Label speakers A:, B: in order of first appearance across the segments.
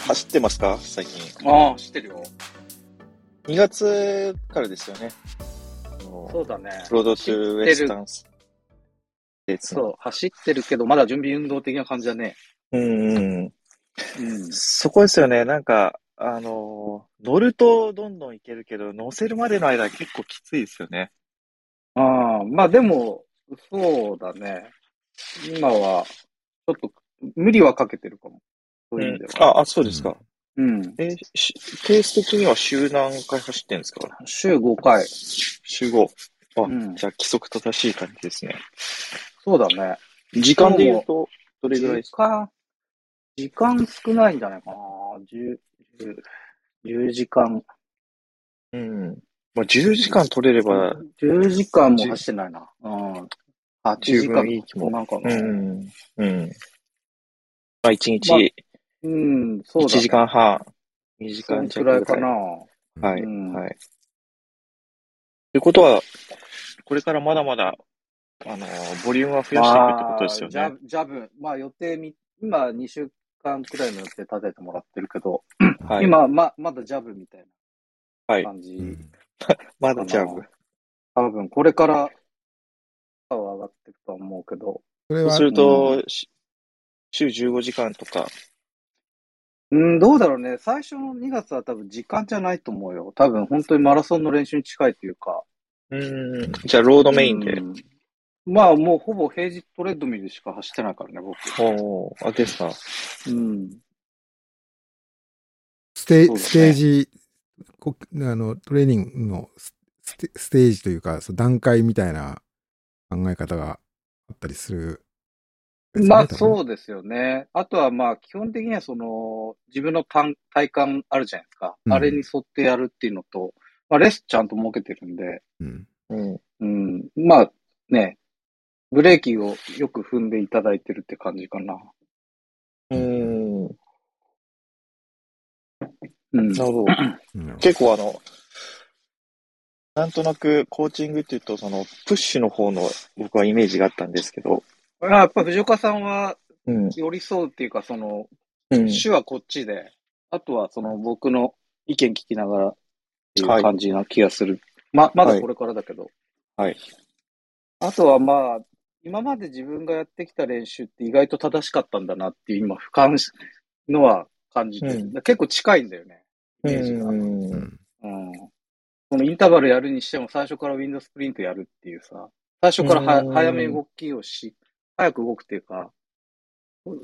A: 走ってますか最近。
B: ああ、知ってるよ。
A: 2月からですよね。あの
B: そうだね。
A: ロードトゥーウェスタンス。
B: そう、走ってるけど、まだ準備運動的な感じだね。
A: うんうん。
B: うん。
A: そこですよね。なんか、あの、乗るとどんどんいけるけど、乗せるまでの間結構きついですよね。
B: ああ、まあでも、そうだね。今は、ちょっと、無理はかけてるかも。そういう意味では。
A: あ、あ、そうですか。
B: うん。
A: えしペース的には週何回走ってるんですか
B: 週5回。
A: 週 5? あ、
B: うん
A: じゃあ規則正しい感じですね。
B: そうだね。
A: 時間で言うと、どれぐらいです
B: 時
A: か
B: 間、時間少ないんじゃないかな。10、10 10時間。
A: うん。まあ、10時間取れれば、
B: 10時間も走ってないな。うん。あ、
A: 十分い
B: い
A: い気も
B: なんかな。
A: うん。うん。まあ、1
B: まあ
A: 日、
B: うん、そう
A: 1
B: だ、ね。
A: 時間半、2時
B: そ
A: 間
B: ん
A: 弱
B: く
A: ぐら
B: ら
A: い
B: いかな。
A: は
B: う
A: い、
B: ん
A: はい。ということは、これからまだまだ、あのー、ボリュームは増やしていくってことですよ
B: まあ
A: ね。
B: ジャブ、ジャブ。まあ予定み、今2週間くらいの予定立ててもらってるけど、
A: はい。
B: 今、ま、まだジャブみたい
A: はい
B: な感じ。
A: まだジャブ。
B: 多分これから、パワー上がっていくとは思うけど。
C: それ
A: そう
C: は
A: す、ると、し週15時間とか、
B: うん、どうだろうね。最初の2月は多分時間じゃないと思うよ。多分本当にマラソンの練習に近いというか。
A: うん。じゃあ、ロードメインで
B: う。んまあもうほぼ平日トレッドミルしか走ってないからね、僕。
A: おーあ、ですか。
B: うん。
C: ステ
B: そうです
C: ス
B: ね
C: テージ、こあのトレーニングのスステステージというか、その段階みたいな考え方があったりする、。
B: まあそううですよね。あとはまあ基本的にはその自分の体体感あるじゃないですか。
C: うん
B: あれに沿ってやるっていうのと、まあレースちゃんと設けてるんで、
C: うん。
A: うん。
B: うん、まあね、ブレーキをよく踏んでいただいてるって感じかな。
A: うん。
B: うん。
A: なる
B: そ
A: ほど。
C: うん
A: 結構あの、なんとなくコーチングっていうと、その、プッシュの方の僕はイメージがあったんですけど、
B: れはやっぱ藤岡さんは
A: うん。
B: 寄り添うっていうか、その、
A: うん、
B: 手話こっちで、あとはその僕の意見聞きながらってい
A: は
B: う
A: い
B: 感じな気がする。ま、ま
A: は
B: だ
A: い
B: これからだけど。
A: はい。
B: あとはまあ、今まで自分がやってきた練習って意外と正しかったんだなっていう今、俯瞰しのは感じてる、
A: うん
B: 結構近いんだよね、イメージが。うん
A: うん。
B: このインターバルやるにしても最初からウィンドスプリントやるっていうさ、最初からは
A: うん
B: 早めに動きをし、早く動くっていうか、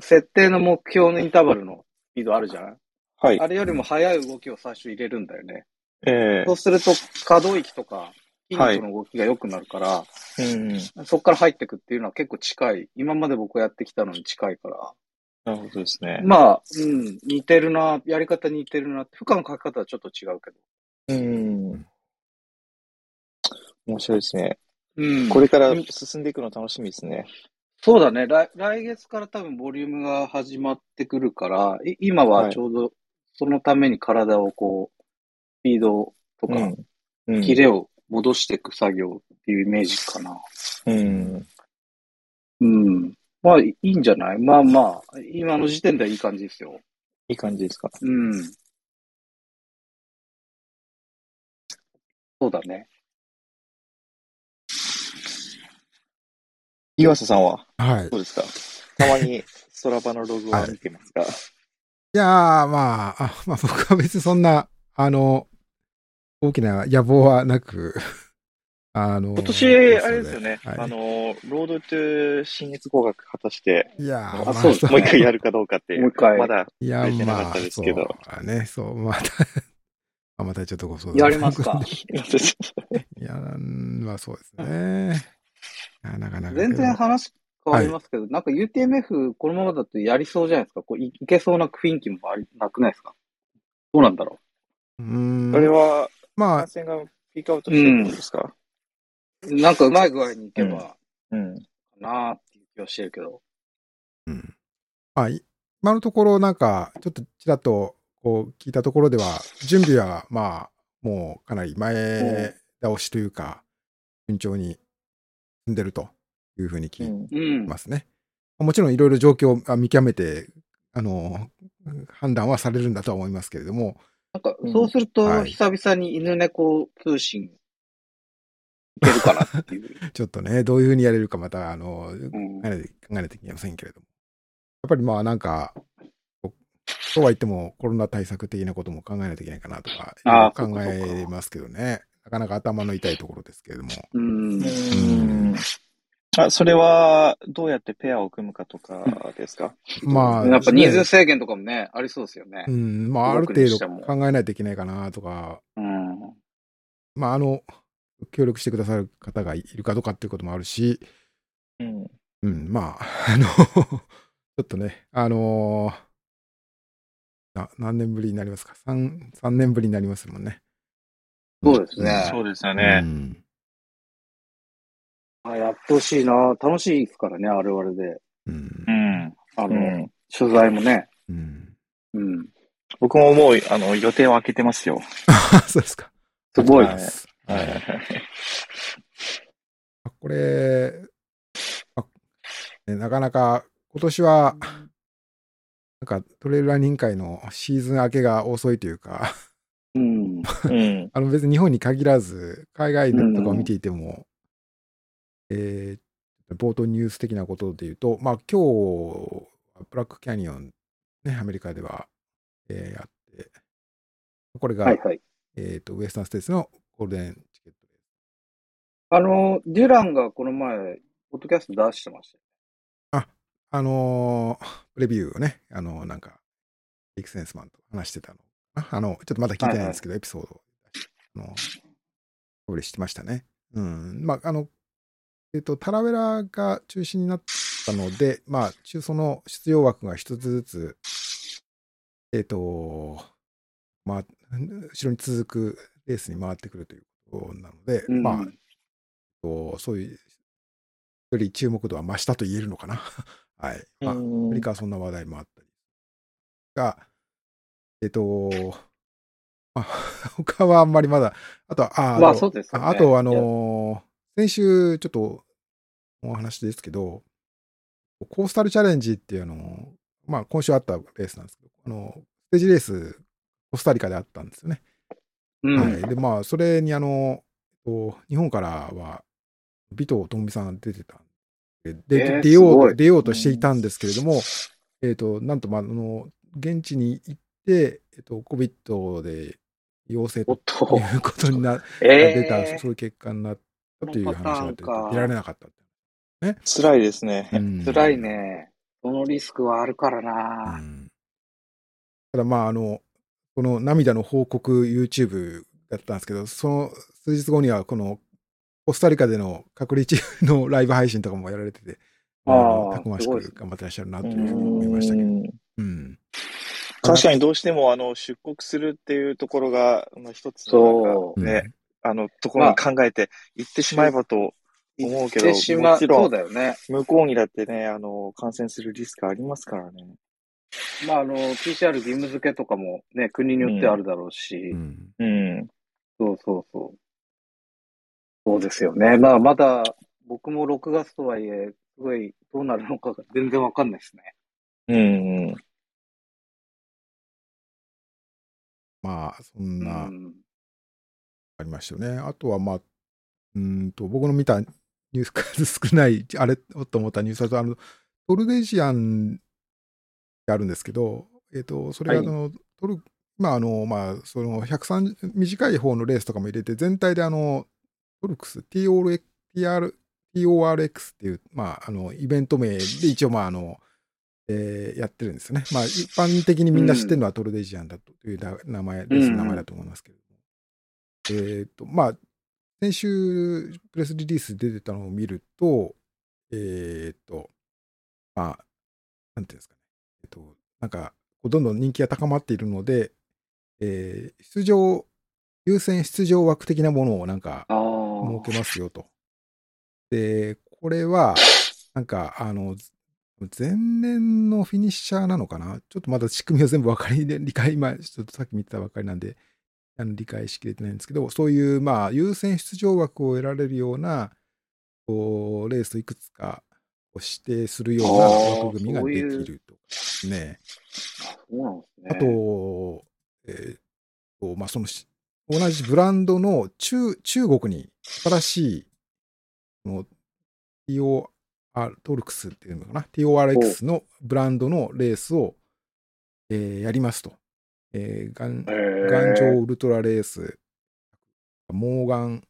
B: 設定の目標のインターバルのスピードあるじゃん
A: はい
B: あ。れよりも早い動きを最初入れるんだよね。
A: え
B: そうすると可動域とか筋肉の動きが良くなるから、
A: えうん。
B: そこから入ってくっていうのは結構近い。今まで僕がやってきたのに近いから。
A: なるほどですね。
B: まあ、うん、似てるな、やり方似てるなって、負荷のかけ方はちょっと違うけど。
A: うん。面白いですね。
B: うん、
A: これから進んでいくの楽しみですね。
B: そうだね来。来月から多分ボリュームが始まってくるから、い今はちょうどそのために体をこう、スピードとか、
A: うん。うん
B: キレを戻していく作業っていうイメージかな。
A: うん。
B: うん。まあ、いいんじゃないまあまあ、今の時点ではいい感じですよ。
A: いい感じですか。
B: うん。そうだね。
A: 岩瀬さんは
C: はい。
A: どうですかたまにストラバのログは見てますか、
C: いやー、まあ、あまあ、 僕は別にそんな、あの、大きな野望はなく、 あの、
A: 今年、あれですよね、
C: はい、
A: あの、ロードトゥ新越合格果たして、
C: いやー、
A: あ
C: まあ
A: そう
C: そう
A: もう一回やるかどうかっていう。
B: もう一回
A: まだ、
C: いや
A: 出て
C: ー、
A: なか
C: ま
A: っ
C: あ、
A: たですけど
C: そうね、そう、また、 あまたちょっとご相談。
B: やります か。
C: いや、うんまあそうですね。いやなかなか。
B: 全然話変わりますけど、なんか UTMF このままだとやりそうじゃないですか。こういいけそうな雰囲気もありなくないですかどうなんだろ
C: うーん。
A: あれは、
C: まあ
A: 感、染がピークアウトしてるんですか
B: うなんかうまい具合にいけば
A: うん。
B: なーっていう気はしてるけど。
C: うん。まあ、い今のところなんか、ちょっとちらっとこう聞いたところでは、準備はまあ、もうかなり前倒しというか、順調に進んでるというふうに聞いて
A: うん
B: うん。
C: ますね。もちろんいろいろ状況をあ見極めて、あの、判断はされるんだとは思いますけれども、
B: なんか、そうすると、
C: うんはい
B: 久々に犬猫通信、いけるかなって いう。
C: ちょっとね、どういうふうにやれるかまた、あの、
B: うん
C: 考えない考えないといけませんけれども。やっぱりまあなんか、こうそうは言ってもコロナ対策的なことも考えないといけないかなとか、
B: あー
C: いろいろ考
B: そうかそう
C: え
B: か
C: ますけどね。なかなか頭の痛いところですけれども。
B: うん。
A: うん。あ、それは、どうやってペアを組むかとかですか
C: まあ、
B: やっぱ人数
C: ね
B: 制限とかもね、ありそうですよね
C: う。ん、まあある
B: 動くに
C: 程度
B: しても
C: 考えないといけないかなとか、
B: うん。
C: まああの、協力してくださる方がいるかどうかっていうこともあるし、
A: うん。
C: うん、まあ、あの、 ちょっとね、あのーな何年ぶりになりますか 3, 3年ぶりになりますもんね。
B: そうですね
A: そうですよ
C: うん
A: ね
C: う。ん
B: あやってほしいな。楽しいですからね、あれはあれで。
C: うん
A: うん。
B: あ
A: あ
B: の、
A: の、
B: 取材もね。
C: うん、
B: うん。
A: 僕ももう、あの、予定を空けてますよ。
C: あそうですか。
B: すごい
A: は
B: ね。
C: はい
A: はい
C: あこれあ、ねなかなか今年は、なんかトレイルランニング会のシーズン明けが遅いというか、
B: うん。
A: うん。
C: あの別に日本に限らず、海外とかを見ていても、えー冒頭ニュース的なことで言うと、まあ今日、ブラックキャニオン、ね、アメリカでは、えーやって、これが、
B: はいはい。
C: えーとウエスタンステーツのゴールデンチケットです。
B: あの、デュランがこの前、ポッドキャスト出してましたよ。
C: あのープレビューをね、あのーなんか、エクセンスマンと話してたの。ああの、ちょっとまだ聞いてないんですけど、エピソードを、あのー、おれしてましたね。うん。まあ、あの、えっ、と、タラベラが中心になったので、まあ、中その出場枠が一つずつ、えっ、と、まあ、後ろに続くレースに回ってくるということなので、
B: うん
C: まあ、とそういう、より注目度は増したと言えるのかな。 はい。まあ、アメリカはそんな話題もあったり。が、えっと、あ 他はあんまりまだ、あとは、あ
B: まあ
C: の
B: そうですよね
C: ああと、あのー先週、ちょっとお話ですけど、コースタルチャレンジっていう、あのーまあ、今週あったレースなんですけど、あのーステージレース、コスタリカであったんですよね。
B: うん。
C: はい、でまあそれにあのこう日本からは尾藤友美さんが出てたんでで
B: えー
C: 出よ
B: すご
C: う
B: い
C: 出ようとしていたんですけれども、えっとなんとまああの現地に行って、えっと COVID で陽性
B: お
C: と
B: っと。
C: いうことにな出た、
B: え
C: そういう結果になったという話が出て
B: このパターンか
C: 出られなかった。
A: 辛いですね。
C: うん
B: ー、辛いね。そのリスクはあるからな。
C: ただまああのこの涙の報告 YouTube だったんですけどその数日後にはこのコスタリカでの隔離中のライブ配信とかもやられてて
B: あ
C: あ
B: ー
C: のたくますし
B: ごいです
C: く
B: ね
C: 頑張ってらっしゃるなと
A: う
C: い
A: ん
C: うふうに思いましたけど、うん、
A: 確かにどうしても、あの、出国するっていうところが、あの一つのなんか
B: そう。
A: ね、あの、ところに考えて、行ってしまえばと思うけど、
B: でしま
A: も
B: う。
A: ちろ、
B: そうんだよね。
A: 向こうにだってね、あの、感染するリスクありますからね。
B: まあ、あの、PCR 義務付けとかもね、国によってあるだろうし、
C: うん
A: うん。
B: そうそうそう。そうですよね。まあ、まだ、僕も6月とはいえ、すごい、どうなるのかが全然わかんないですね。
A: うん、うん。
C: まあそんな
B: うん
C: ありましたよね、あとはまあうーんと僕の見たニュース数少ないあれおっと思ったニュースだとあのトルデシアンってあるんですけど、えっとそ
A: は
C: れがあ
A: い
C: の、トルまああのまあその130短い方のレースとかも入れて全体であのトルクス TORX TR TORX っていう、まあ、あのイベント名で一応まああの、えーやってるんですよね。まあ一般的にみんな知ってるのはトルデジアンだというだ名前、レースの名前だと思いますけれども。えっ、とまあ先週プレスリリースで出てたのを見ると、えっ、と、まあ、なんていうんですかね。えっ、と、なんか、こうどんどん人気が高まっているので、えー出場、優先出場枠的なものをなんか、
B: ああ。
C: 設けますよと。で、これは、なんか、あの、前年のフィニッシャーなのかなちょっとまだ仕組みを全部分かり で、理解、今、ちょっとさっき見てたばっかりなんで、あの理解しきれてないんですけど、そういう、まあ、優先出場枠を得られるような、こう、レースをいくつかこ指定するような枠組みができるとかですね。
B: そうなんですね。
C: あと、えーとまあ、そのし同じブランドの中中国に新しいこの TOR トルクスっていうのかな TORX のブランドのレースを、えーやりますと。えー、ガン
B: えー
C: 頑丈ウルトラレース、モーガン、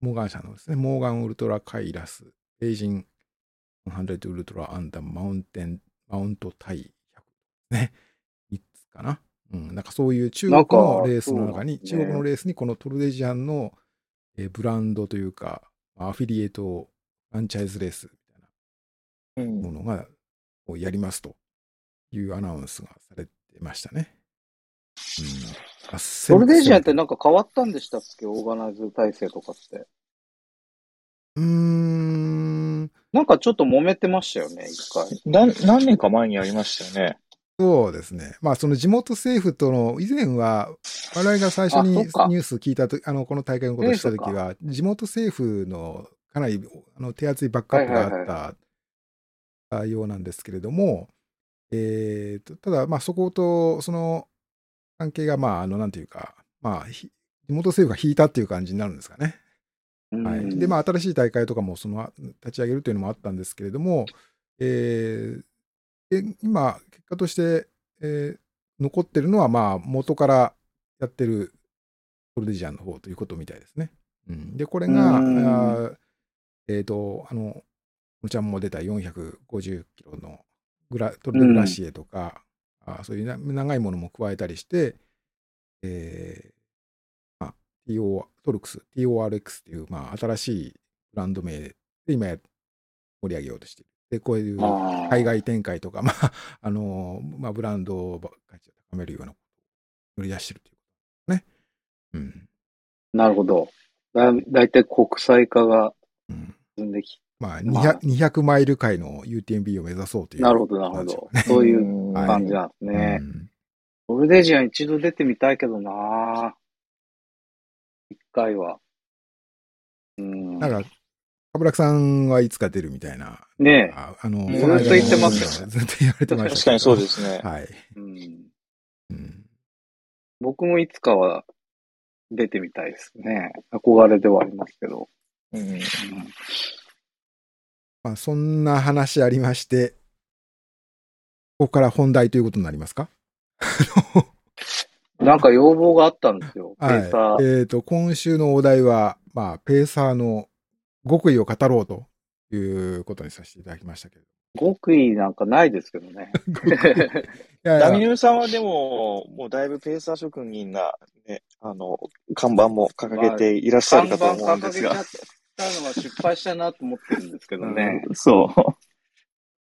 C: モーガン社のですね、モーガンウルトラカイラス、エイジン100ウルトラアンダーマウンテン、マウントタイ100ね、3つかな。うん、なんかそういう中国のレースの中に、
B: なんかそうなん
C: 中
B: ですね
C: 国のレースにこのトルデジアンの、えーブランドというか、アフィリエイト、フランチャイズレースみたいな
A: うん
C: ものが、をやりますというアナウンスがされてましたね。うん。
B: ト
C: ソ
B: ルデジアンってなんか変わったんでしたっけオーガナイズ体制とかって。
C: うーん、
B: なんかちょっと揉めてましたよね、一回。
A: なん何年か前にありましたよね。
C: そうですね。まあ、その地元政府との、以前は、我々が最初に
B: あ
C: ニ
B: そっか
C: ュース聞いたとあの、この大会のことをしたとき
B: ええ
C: は、地元政府のかなりあの手厚いバックアップがあ
B: はい
C: っ
B: は
C: たあようなんですけれども、えーとただ、まあ、そこと、その関係が、まあ、あの、なんていうか、まあ、ひ地元政府が引いたっていう感じになるんですかね。は
B: う
C: い、
B: ん
C: で、まあ、新しい大会とかもその立ち上げるというのもあったんですけれども、えーで今、結果として、えー残ってるのは、まあ、元からやってるトルデジアンの方ということみたいですね。うん、で、これが、あ
B: うん
C: ーえっ、と、あの、むちゃんも出た450キロのグラトルデグラシエとか、あーそういうな長いものも加えたりして、えー TO、トルクス、TORX っていう、まあ、新しいブランド名で今や盛り上げようとしている。で、こういう
B: あー
C: 海外展開とか、まあ、 あの、まあ、ブランド価値を高めるようなことを乗り出してるということね。うん。
B: なるほど。だだいたい国際化が
C: うん、
B: 進んでき
C: まあ200、
B: まあ
C: 200マイル界の UTMB を目指そうという。
B: なるほど、なるほど。そういう
A: うん
C: はい
B: 感じなんです
C: うん。
B: ね。トルデジアン一度出てみたいけどな一回は。うん。
C: なんか、かぶらくさんはいつか出るみたいな。
B: ね
C: ああの、
A: ずっと言ってます
B: よ
C: ずっと言われてましたけど。
A: 確かにそうですね。
C: はい。
B: え、うん。
C: うん
B: 僕もいつかは出てみたいですね。憧れではありますけど。
A: うん
B: うん
C: まあ、そんな話ありまして、ここから本題ということになりますか
B: なんか要望があったんですよ。ペ
C: はい。え
B: ーサー。
C: ーと、今週のお題は、まあ、ペーサーの極意を語ろうということにさせていただきましたけれ
B: 極意なんかないですけど ね。
C: ど。いやいや
A: ダミヌーさんはでも、もうだいぶペーサー職人な、ね、あの、看板も掲げていらっしゃ
B: 看
A: る
B: 板
A: かと思うん
B: 掲
A: です
B: げちゃ
A: が
B: っ。たのは失敗したなと思ってるんですけどね。
A: うんそう。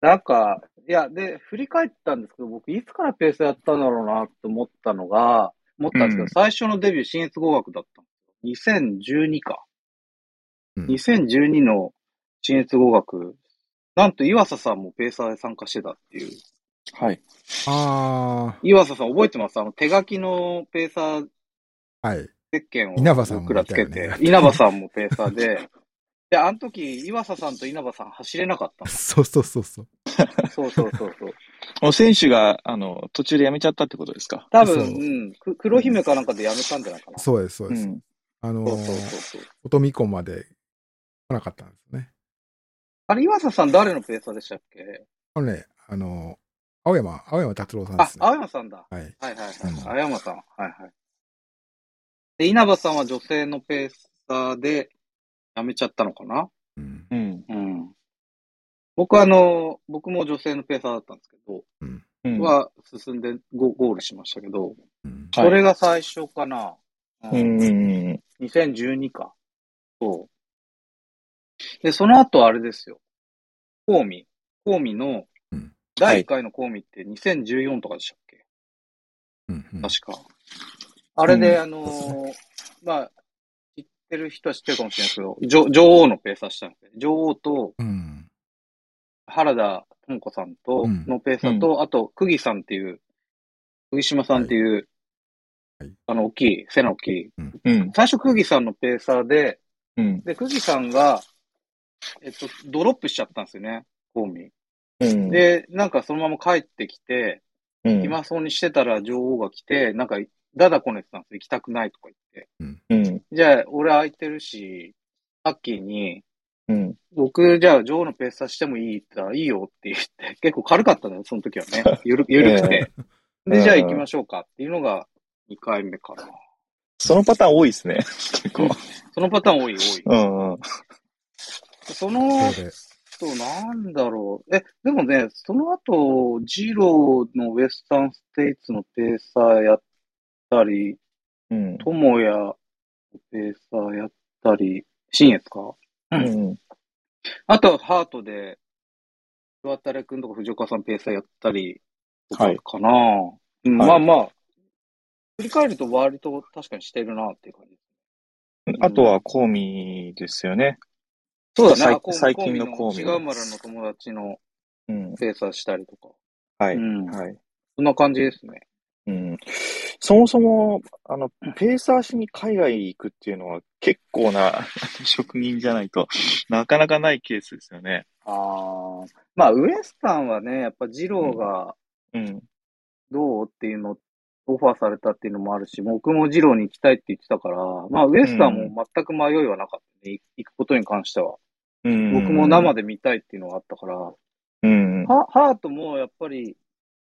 B: なんか、いや、で、振り返ったんですけど、僕、いつからペースやったんだろうなと思ったのが、思ったんですけど、
A: うん
B: 最初のデビュー、新越語学だったんですよ。2012か。
C: うん
B: 2012の新越語学、なんと岩佐さんもペーサーで参加してたっていう。
A: はい。
C: あ
B: 岩佐さん覚えてますあの手書きのペーサー
C: あ、はい。
B: 鉄拳を
C: 稲葉さんも
B: 僕らつけ
C: いたよ
B: て
C: ね、
B: 稲葉さんもペーサーで、で、あの時、岩佐さんと稲葉さん走れなかった
C: そうそうそうそう。
B: の。そうそうそうそう。
A: もう選手が、あの、途中で辞めちゃったってことですか。
B: 多
C: そう
B: 分、うん、く黒姫かなんかでやめたんじゃないかな。
C: そうです、そう
A: う
C: です。
A: ん。
C: あの
B: そうそうそう
C: ー、
B: そう。
C: 音見湖まで来なかったんですね。
B: あれ、岩佐さん誰のペーサーでしたっけ
C: あのね、あのー、青山、青山達郎さんで
B: あ
C: す、ね。
B: 青山さんだ。
C: はい。
B: はいはいはい。
C: うん
B: 青山さん。はいはい。で、稲葉さんは女性のペーサーで辞めちゃったのかな
C: うん。
A: うん。
B: うん。僕はあの、僕も女性のペーサーだったんですけど、
A: うん
B: は進んでゴゴールしましたけど、
C: うん
A: はい
B: それが最初かな。
A: う。んうんうん。
B: 2012か。そう。で、その後あれですよ。コーミ。コーミの
C: うん、
B: 第1回のコーミって2014とかでしたっけ、
C: うんうん
B: 確か。あれで、
A: うん
B: あのーまあ、知ってる人は知ってるかもしれないですけど、女女王のペーサーしたんですね。女王と
C: うん。
B: 原田智子さんと
C: うん
B: のペーサーと、あと、久木さんっていう、久木島さんっていう、
C: はい
B: あの、大きい、背の大きい。
A: うん。
B: 最初、久木さんのペーサーで、
A: うん。
B: で、久木さんが、えっと、ドロップしちゃったんですよね。コーミ
A: うん。
B: で、なんかそのまま帰ってきて、
A: うん、
B: 暇そうにしてたら女王が来て、なんか、だだこねてたんですよ。行きたくないとか言って。
A: うん、
B: じゃあ、俺空いてるし、さっきに、
A: うん。
B: 僕、じゃあ、女王のペースさしてもいいって言ったら、いいよって言って、結構軽かったのよ、その時 はね。ゆる、ゆるくて。
A: え
B: で、じゃあ行きましょうかっていうのが2回目かな。
A: そのパターン多いですね。結構。
B: そのパターン多い、多い。
A: うん、うん。
B: そ
C: そ
B: の
C: うで。
B: 後、なんだろう。え、でもね、その後、ジローのウエスタンステイツのペーサーやったり、
A: うん。
B: トモヤのペーサーやったり、シンエツか
A: うん。
B: あとはハートで、岩垂れくんとか藤岡さんペーサーやったりとかかな、うん
A: はい
B: まあまあ、振り返ると割と確かにしてるなっていう感じ。
A: あとは、コーミーですよね。
B: そう
A: だね
B: だね。
A: 最近のコーミ
B: 違
A: の
B: う村の友達の
A: うん。
B: ペーサーしたりとか。
A: はい。
B: うん。
A: はい。
B: そんな感じですね。
A: うん。そもそも、あの、ペーサーしに海外行くっていうのは結構な職人じゃないとなかなかないケースですよね。
B: ああ。まあ、ウエスタンはね、やっぱジローが
A: うん。
B: どうっていうの、オファーされたっていうのもあるし、僕もジローに行きたいって言ってたから、まあ、ウエスタンも全く迷いはなかったね。行くことに関しては。
A: うん。
B: 僕も生で見たいっていうのがあったから、
A: うん。
B: ハハートもやっぱり、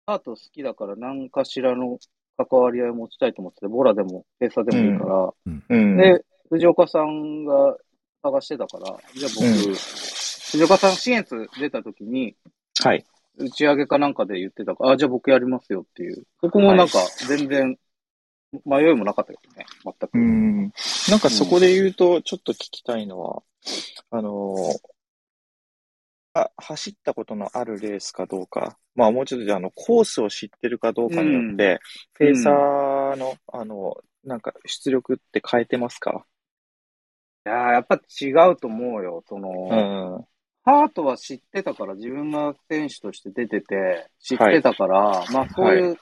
B: ハート好きだから何かしらの関わり合いを持ちたいと思ってて、ボラでもペーサーでもいいから、
A: うん。
B: で、藤岡さんが探してたから、じゃあ僕、
A: う
B: 藤岡さん支援室出た時に、
A: はい。
B: 打ち上げかなんかで言ってたから、あ、じゃあ僕やりますよっていう。そこもなんか全然迷いもなかったけどね、全く。
A: うん。なんかそこで言うと、ちょっと聞きたいのは、あのあ、走ったことのあるレースかどうか、まあもうちょっとであの、コースを知ってるかどうかによって、
B: うん
A: ペーサーの、あの、なんか出力って変えてますか
B: いやーやっぱ違うと思うよ。その、
A: うん。うん
B: ハートは知ってたから、自分が選手として出てて、知ってたから、まあそういう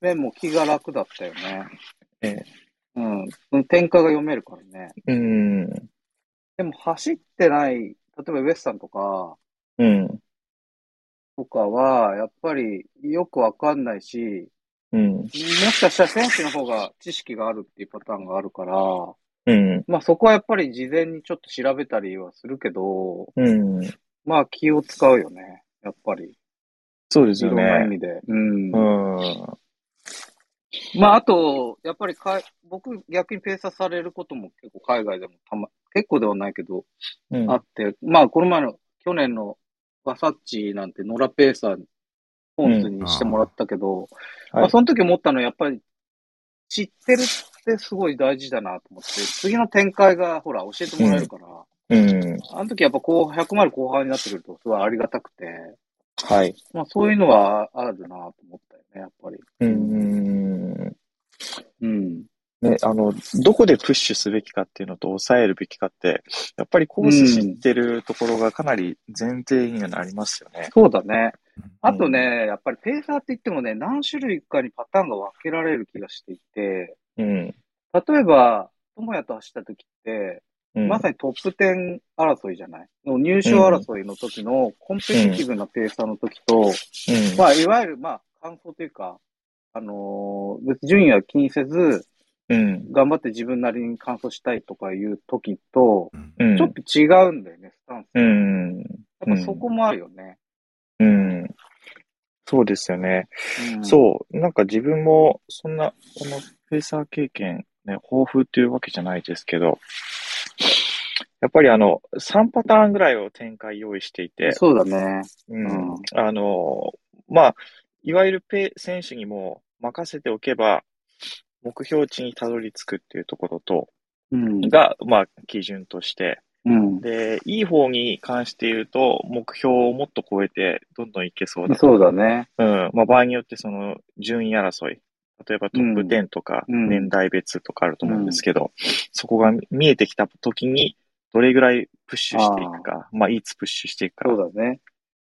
B: 面も気が楽だったよね。
A: ええ
B: うん。その展開が読めるからね。
A: うん。
B: でも走ってない、例えばウエスタンとか、
A: うん。
B: とかは、やっぱりよくわかんないし、
A: うん。
B: もしかしたら選手の方が知識があるっていうパターンがあるから、
A: うん。
B: まあそこはやっぱり事前にちょっと調べたりはするけど、
A: うん。
B: まあ気を使うよね。やっぱり。
A: そうです
B: いろ
A: よ
B: んな意
A: ね。
B: 味で。うん
A: う。ん。
B: まあ、あと、やっぱりかい、僕、逆にペーサーされることも結構海外でもたま、結構ではないけど、
A: うん。
B: あって、まあ、この前の、去年のバサッチなんて、ノラペーサーに、ポンズにしてもらったけど、
A: うんあーはい
B: まあ、その時思ったのは、やっぱり、知ってるってすごい大事だなと思って、次の展開が、ほら、教えてもらえるから、
A: うん。
B: あの時やっぱこう、100マイル後半になってくると、すごいありがたくて、
A: はい。
B: まあ、そういうのはあるなと思ったよね、やっぱり。
A: うん。
B: うん。
A: ね、あの、どこでプッシュすべきかっていうのと抑えるべきかって、やっぱりコース知ってるところがかなり前提にはなりますよね。
B: そうだね
C: うん。
B: あとね、やっぱりペーサーって言ってもね、何種類かにパターンが分けられる気がしていて、
A: うん。
B: 例えば、智也と走った時って、
A: うん
B: まさにトップ10争いじゃない、の入賞争いの時のコンペティティブなペーサーの時と、
A: うん。
B: まあ、いわゆる、まあ、感想というか、あのー別に順位は気にせず、
A: うん。
B: 頑張って自分なりに完走したいとかいう時と、
A: うん。
B: ちょっと違うんだよね、スタンス。
A: うん。
B: やっぱそこもあるよね。
A: うん。そうですよね。
B: うん
A: そう。なんか自分も、そんな、このペーサー経験、ね、豊富っていうわけじゃないですけど、やっぱりあの、3パターンぐらいを展開用意していて、
B: そうだね。
A: うん
B: うん
A: あの、まあ、いわゆるペ選手にも任せておけば、目標値にたどり着くっていうところと、
B: うん。
A: が、まあ、基準として。
B: うん。
A: で、いい方に関して言うと、目標をもっと超えて、どんどんいけそうだ。
B: そうだね。
A: うん。まあ、場合によって、その、順位争い。例えばトップ
B: うん
A: 10とか、
B: うん
A: 年代別とかあると思うんですけど、そこが見えてきた時に、どれぐらいプッシュしていくか、まあ、いつプッシュしていくか
B: そ、うだね。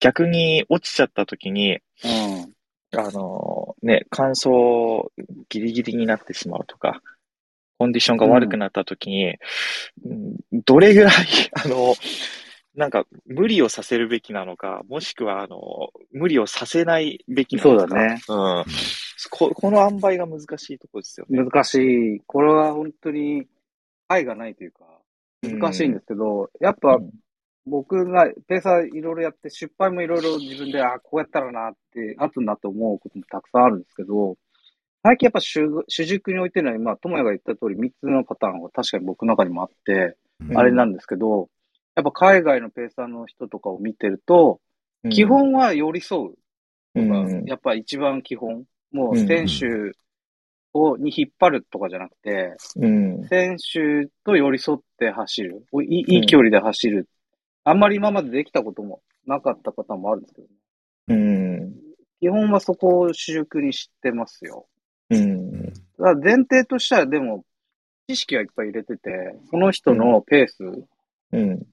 A: 逆に落ちちゃった時に、あのね、乾燥ギリギリになってしまうとか、 コンディションが悪くなった時に、うんどれぐらい、あの、なんか、無理をさせるべきなのか、もしくは、あの、無理をさせないべきなのか。
B: そうだね。
A: うん。ここの塩梅が難しいところですよね。
B: 難しい。これは本当に愛がないというか、難しいんですけど、やっぱ
A: うん
B: 僕がペーサーいろいろやって、失敗もいろいろ自分で、あこうやったらなって、後になって思うこともたくさんあるんですけど、最近やっぱ主主軸においてのは、今、友也が言った通り3つのパターンが確かに僕の中にもあって、
A: うん
B: あれなんですけど、やっぱ海外のペーサーの人とかを見てると、
A: うん
B: 基本は寄り添う。
A: うんうん
B: やっぱ一番基本。
A: う
B: もうん選手を、に引っ張るとかじゃなくて、
A: うん。
B: 選手と寄り添って走る。おいいいい距離で走る。あんまり今までできたこともなかった方もあるんですけど、
A: うん。
B: 基本はそこを主軸にしてますよ。
A: うん。
B: ただ前提としてはでも、知識はいっぱい入れてて、その人のペース、
A: うん。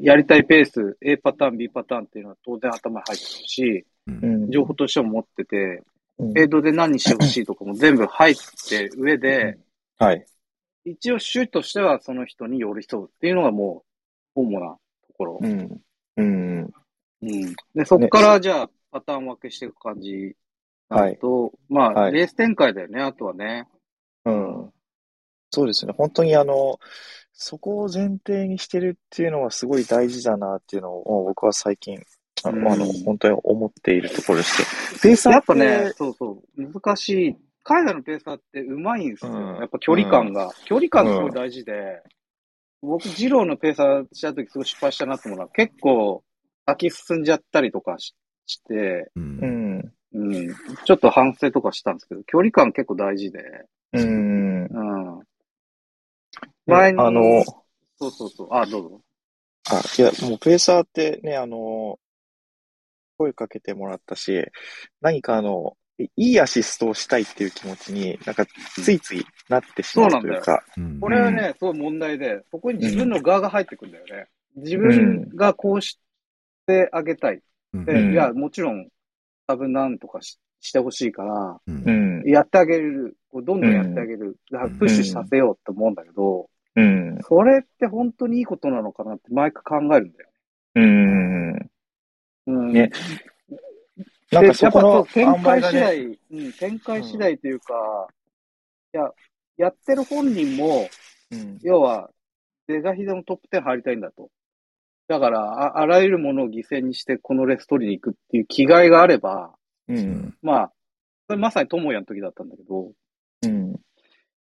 B: やりたいペース、A パターン、B パターンっていうのは当然頭に入ってるし、
A: うん。
B: 情報としても持ってて、
A: うん
B: フェードで何してほしいとかも全部入って上で、
A: はい。
B: 一応主としてはその人に寄り添うっていうのがもう主なところ
A: う。ん。うん。
B: うん、でそこからじゃあパターン分けしていく感じ
A: は
B: だ
A: い。
B: と、まあ、
A: はい
B: レース展開だよね、あとはね。
A: うん。そうですね。本当にあの、そこを前提にしてるっていうのはすごい大事だなっていうのを僕は最近、あの、
B: うん
A: あの本当に思っているところでして。ペーサー
B: や
A: っ
B: っぱ
A: て
B: ね、、そうそう、難しい。海外のペーサーってうまいんですよ。
A: うん
B: やっぱ距離感が。距離感がすごい大事で、僕、ジローのペーサーした時すごい失敗したなと思うのは、結構先進んじゃったりとかしして、
C: うん
A: うん。
B: うん、ちょっと反省とかしたんですけど、距離感結構大事で、
A: うん。
B: うん。
A: あの、
B: そうそうそう、あ、どうぞ。
A: あ、いや、もうペーサーってね、あの、声かけてもらったし、何かあの、いいアシストをしたいっていう気持ちに、なんか、ついついなってしまうというか。
C: うん
B: これはね、すごい問題で、そこに自分の側が入ってくるんだよね。自分がこうしてあげたい。
C: うん
B: で
A: うん
B: いや、もちろん、多分なんとかししてほしいから、
C: うん
A: うん。
B: やってあげる。こうどんどんやってあげる。だからプッシュさせようと思うんだけど、
A: うん。
B: それって本当にいいことなのかなって毎回考えるんだよ。
A: うん。
B: うん、
A: ね
B: で
A: なんかそこ
B: やっ
A: の
B: ぱそう
A: 塩
B: 展
A: 梅
B: 開
A: が
B: 次
A: ね、
B: 第、うん、展開次第というか、いや、やってる本人も、
A: うん
B: 要は、デザヒデのトップ10入りたいんだと。だからあ、あらゆるものを犠牲にしてこのレース取りに行くっていう気概があれば、
A: うん。
B: まあ、それまさに智也の時だったんだけど、
A: うん。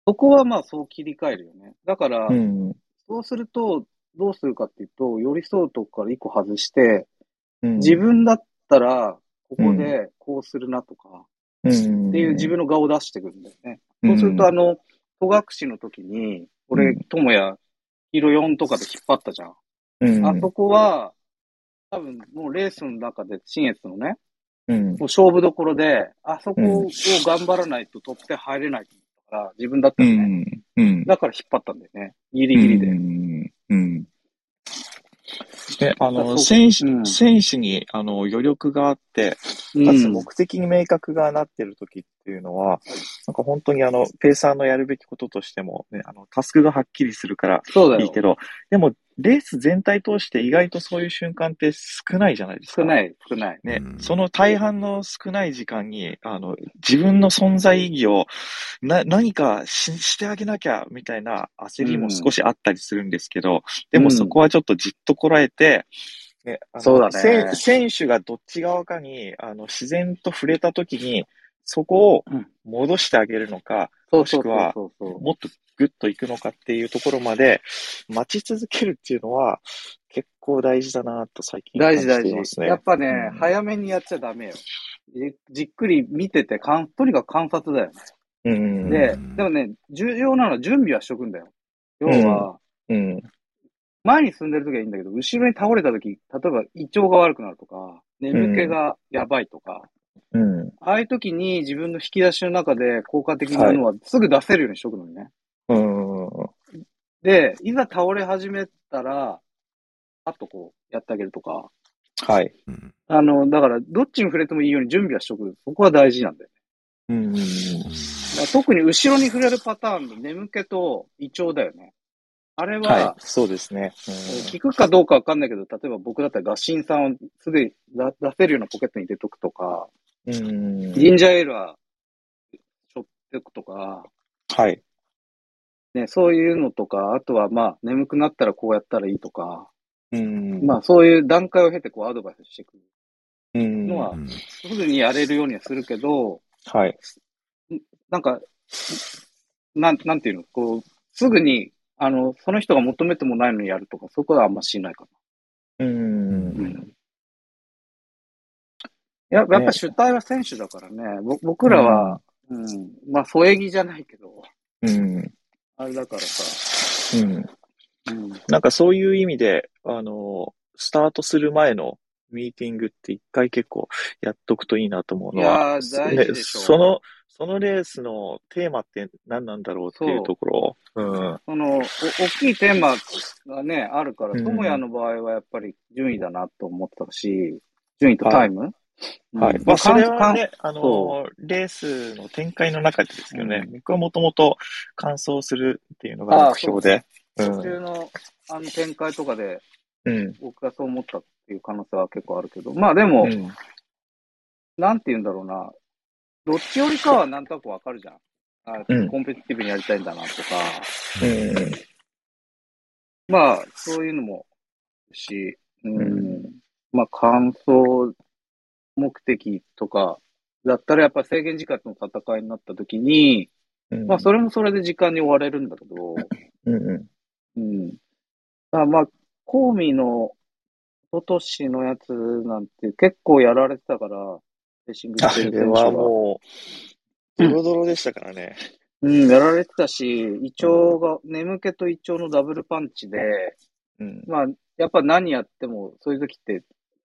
B: そこはまあそう切り替えるよね。だから、
A: うん。
B: そうすると、どうするかっていうと、寄り添うとこから一個外して、
A: うん
B: 自分だったら、ここでこうするなとか、
A: うん
B: っていう自分の顔を出してくるんだよね。そうすると、あの、戸隠の時に、
A: う
B: 俺
A: ん、
B: 智也、ヒロ4とかで引っ張ったじゃん。
A: うん、
B: あそこは、多分もうレースの中で、新越のね、
A: うん、
B: もう勝負どころで、あそこ
A: う
B: を
A: ん
B: 頑張らないとトップ10入れないから、自分だった
A: う
B: らね。
A: ん、うん。
B: だから引っ張ったんだよね。ギリギリで。
A: うん。うん。で、あ
B: だか
A: の、
B: らそう
A: 選手、
B: うん
A: 選手に、あの、余力があって、
B: う
A: かつ
B: ん
A: 目的に明確がなってる時っていうのは、なんか本当にあの、ペーサーのやるべきこととしても、ね、あの、タスクがはっきりするから
B: そうだ
A: いい
B: よ
A: け。ど、でも、レース全体通して意外とそういう瞬間って少ないじゃないですか。
B: 少ない、少ない。
A: ね
C: う、ん
A: その大半の少ない時間に、あの、自分の存在意義を、な、何かし、してあげなきゃ、みたいな焦りも少しあったりするんですけど、で
B: う
A: も
B: ん
A: そこはちょっとじっとこらえて、ね、あの
B: そうだね
A: せ選手がどっち側かに、あの、自然と触れた時に、そこを
B: うん
A: 戻してあげるのか、
B: そうそ
A: もしく
B: うそう
A: は
B: そうそう。
A: もっとグッといくのかっていうところまで、待ち続けるっていうのは、結構大事だなと最近感
B: 大
A: じ
B: 事大
A: てい
B: 事
A: ます。ね。
B: やっぱね、
A: うん
B: 早めにやっちゃダメよ。じじっくり見ててかん、とにかく観察だよね。
A: うん。
B: で、
C: うん
B: でもね、重要なのは準備はしとくんだよ。要は、
A: うん。
B: 前に進んでる時はいいんだけど、後ろに倒れた時、例えば胃腸が悪くなるとか、眠気がやばいとか、
A: うん。
B: ああいう時に自分の引き出しの中で効果的なのはすぐ出せるようにしとくのね。
A: うん。
B: で、いざ倒れ始めたら、パッとこうやってあげるとか、
A: はい。
C: うん
B: あの、だからどっちに触れてもいいように準備はしとく。そこは大事なんだよ。
A: うん。
B: まあ特に後ろに触れるパターンで眠気と胃腸だよね。あれは、
A: はい、そうですね。
B: 聞くかどうかわかんないけど、例えば僕だったら合心さんをすでに出出せるようなポケットに入れとくとか、
A: うん。うん
B: ジンジャーエールはしょっておくとか、
A: はい。
B: ね、そういうのとか、あとはまあ、眠くなったらこうやったらいいとか、
A: うん。
B: まあそういう段階を経てこうアドバイスしていく
A: うん。
B: のは
C: うん
B: すぐにやれるようにはするけど、
A: はい。
B: なんか、なん、なんていうの、こう、すぐに、あの、その人が求めてもないのにやるとか、そこはあんましないか
A: うん。
B: な。うん。ややっぱ主体は選手だからね、ぼ僕らは、うん、まあ、添え木じゃないけど、
A: うん。
B: あれだからさ、
A: うん。
B: うん。
A: なんかそういう意味で、あの、スタートする前のミーティングって一回結構やっとくといいなと思うの
B: いや
A: は、
B: ー大事でしょう
A: その、そのレースのテーマって何なんだろうっていうところを。うん。
B: その、お大きいテーマがね、あるから、
A: うん
B: 智也の場合はやっぱり順位だなと思ったし、順位とタイム、
A: はい
B: うん。
A: まあ、それ
B: まあ
A: は
B: かん
A: ね、あの
B: そ、
A: レースの展開の中でですけどね、
B: う
A: 僕はもともと完走するっていうの
B: あ
A: が
B: あ
A: 目標で、う
B: 途中のあの展開とかで、
A: ん。うん。
B: 僕がそう思ったっていう可能性は結構あるけど、まあでも、
A: うん
B: なんて言うんだろうな、どっちよりかはなんとなくわかるじゃん。あ
A: うん
B: コンペティティブにやりたいんだなとか、
A: うん。
B: まあ、そういうのもあるし、うん、
A: う
B: まあ、感想目的とか、だったらやっぱ制限時間との戦いになった時に、
A: うん。
B: まあ、それもそれで時間に追われるんだけど、
A: うんう
B: うん。あまあ、コーミの、おとしのやつなんて結構やられてたから、レーシング
A: ん。あ
B: してる
A: れ
B: 選手
A: は
B: は。
A: もう、ドロドロでしたからね。
B: うん、やられてたし、胃腸が、眠気と胃腸のダブルパンチで、
A: うん。
B: まあ、やっぱ何やっても、そういう時って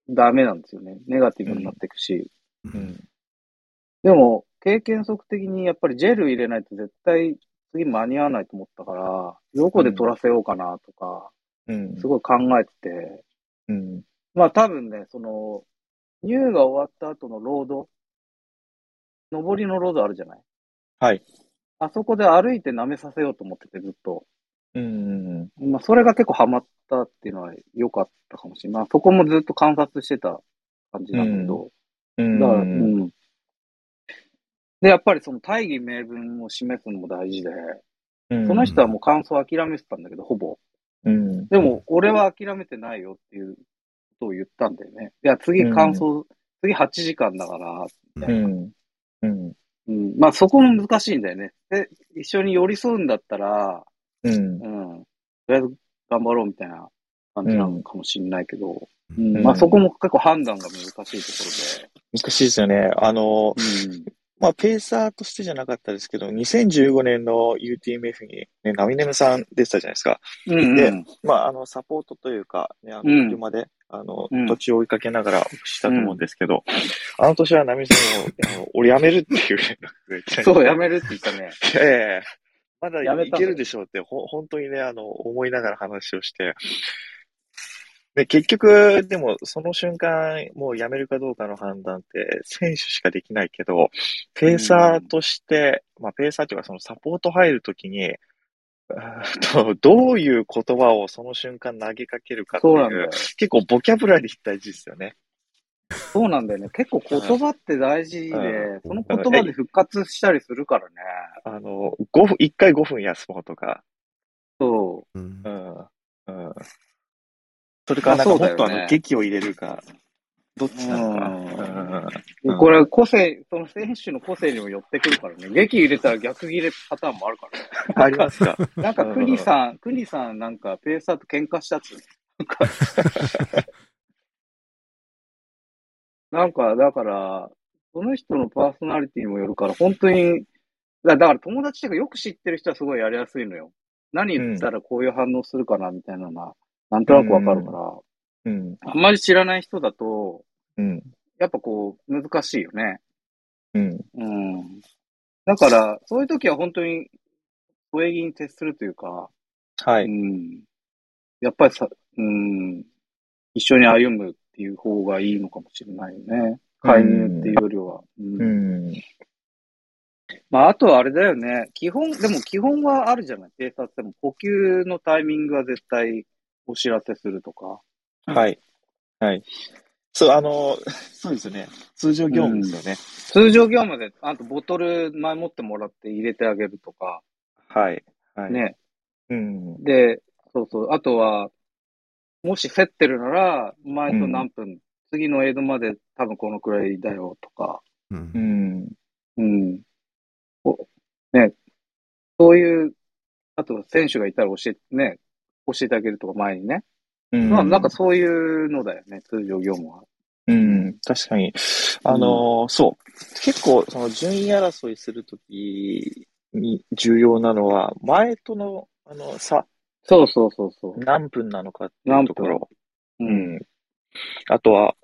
B: ダメなんですよね。ネガティブになっていくし。
A: うん。
B: でも、経験則的にやっぱりジェル入れないと絶対次間に合わないと思ったから、どこで取らせようかなとか、
A: うん
B: すごい考えてて、
A: うん。
B: まあ多分ね、その、ニューが終わった後のロード、上りのロードあるじゃない
A: はい。
B: あそこで歩いて舐めさせようと思ってて、ずっと。
A: うん。
B: まあそれが結構ハマったっていうのは良かったかもしれない。まあそこもずっと観察してた感じなんだけど。
A: うん。
B: だから、うん。で、やっぱりその大義名分を示すのも大事で、
A: うん
B: その人はもう感想を諦めてたんだけど、ほぼ。
A: うん。
B: でも、俺は諦めてないよっていうことを言ったんだよね。いや、次感想、次8時間だから、
A: うん。うん。
B: うん、まあそこも難しいんだよね。で、一緒に寄り添うんだったら、
A: うん
B: う。ん、とりあえず頑張ろうみたいな感じなのかもしれないけど、
C: う
B: うん
A: うん
B: まあそこも結構判断が難しいところ
A: 難しいですよね。あの、
B: で、うん、
A: まあ、ペーサーとしてじゃなかったですけど、2015年の UTMF に、ね、ナミネムさん出てたじゃないですか。
B: うん
A: で
B: うん
A: まあ、あの、サポートというか、ね、あの、
B: うん
A: 車で、あの
B: うん、
A: 土地を追いかけながらしたと思うんですけど、あの年はナミさんをあの、俺辞めるっていう連絡がいきなり
B: そう、やめるって言った ね。
A: ええまだ
B: やめ
A: い
B: たん
A: け
B: だ
A: るでしょうって、ほ、本当にね、あの、思いながら話をして。で、結局、でも、その瞬間、もうやめるかどうかの判断って、選手しかできないけど、ペーサーとして、まあ、ペーサーというか、そのサポート入るときに、う ーんとどういう言葉をその瞬間投げかけるかってい、
B: そううなんだよ。
A: 結構ボキャブラリー大事ですよね。
B: そうなんだよね。結構言葉って大事で、
A: う
B: その言葉で復活したりするからね。
A: あの、5分、1回5分休もうとか、
B: そう。
C: うん
A: うんうんそれからなん
B: ま
A: か
B: あ
A: も
B: そうだ
A: っと
B: よね
A: あの、劇を入れるか、どっちなのか。うんうん
B: これ、個性、その選手の個性にも寄ってくるからね。劇入れたら逆切れパターンもあるからね。
A: ありますか。
B: なんか、クニさん、クニさんなんか、ペーサーと喧嘩したっつうの なんか、なんか、だから、その人のパーソナリティにもよるから、本当に、だだから友達とかよく知ってる人はすごいやりやすいのよ。何言ったらこういう反応するかな、みたいなのは、なんとなくわかるから、
A: うん。
B: あんまり知らない人だと、
A: うん。
B: やっぱこう、難しいよね。
A: うん。
B: うんだから、そういう時は本当に、添え木に徹するというか、
A: は
B: う
A: い。
B: ん、やっぱりさ、うん、一緒に歩むっていう方がいいのかもしれないよね。介入っていうよりは。うん
A: うん。
B: まあ、あとはあれだよね。基本、でも基本はあるじゃない。ペーサーっても呼吸のタイミングは絶対お知らせするとか。
A: はい。はい。そう、あの、そうですよね。通常業務ですよね。
B: 通常業務で、あとボトル前もってもらって入れてあげるとか。
A: はい。はい。。
B: ね。
A: うん。
B: で、そうそう。あとは、もし競ってるなら、前と何分、次のエイドまで多分このくらいだよとか。
C: う。
A: うんん。
B: うん。おね。そういう、あと選手がいたら教え、ね、教えてあげるとか前にね。
A: うん
B: まあ、なんかそういうのだよね、通常業務は。
A: うん、確かに。あのーそう。結構、その順位争いするときに重要なのは、前との、あの、差、
B: そうそうそうそう。
A: 何分なのかっていうところ。
B: う。
A: うんん。あとは、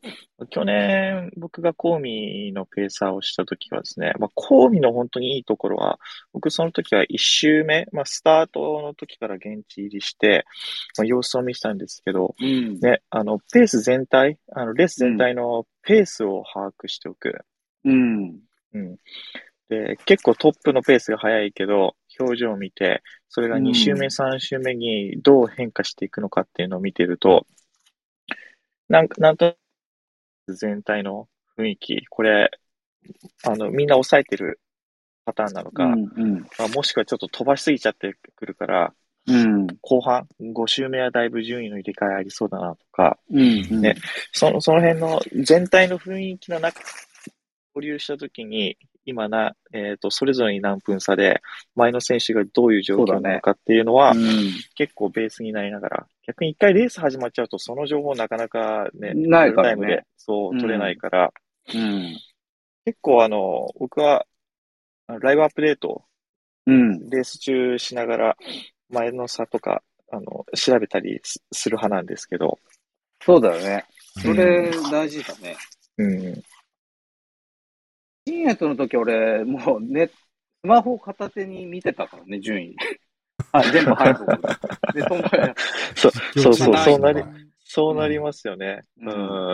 A: 去年僕がコーミのペーサーをしたときはですね、まあ、コーミの本当にいいところは、僕その時は1周目、まあ、スタートの時から現地入りして、まあ、様子を見てたんですけど、
B: うん。
A: ね、あの、ペース全体、あの、レース全体のペースを把握しておく。
B: うん。
A: うん。で、結構トップのペースが速いけど、表情を見て、それが
B: うん
A: 2周目、3周目にどう変化していくのかっていうのを見てると、なんか、なんとなく全体の雰囲気、これ、あの、みんな抑えてるパターンなのか、
B: うん。
A: まあもしくはちょっと飛ばしすぎちゃってくるから、
B: うん。
A: 後半、5周目はだいぶ順位の入れ替えありそうだなとか、
B: うん。
A: ねその、その辺の全体の雰囲気の中、保留したときに、今な、えっ、と、それぞれに何分差で、前の選手がどういう状況なのかっていうのは、
B: う
A: 結構ベースになりながら、逆に一回レース始まっちゃうと、その情報なかなかね、
B: ないか
A: リアルタイ
B: らね
A: ムで、そうう、
B: ん
A: 取れないから、
B: ん。
A: 結構あの、僕は、ライブアップデートを
B: うん。
A: レース中しながら、前の差とか、あの、調べたりすする派なんですけど、
B: そうだよね。それ
A: う、
B: 大事だね。
A: うん。
B: シンエットの時俺、もうね、スマホ片手に見てたからね、順位。 あ、全部入る で、そんな、
A: そうそう、
B: まあ
A: そうな
B: り
A: り、そうなりますよね。
B: う
A: うん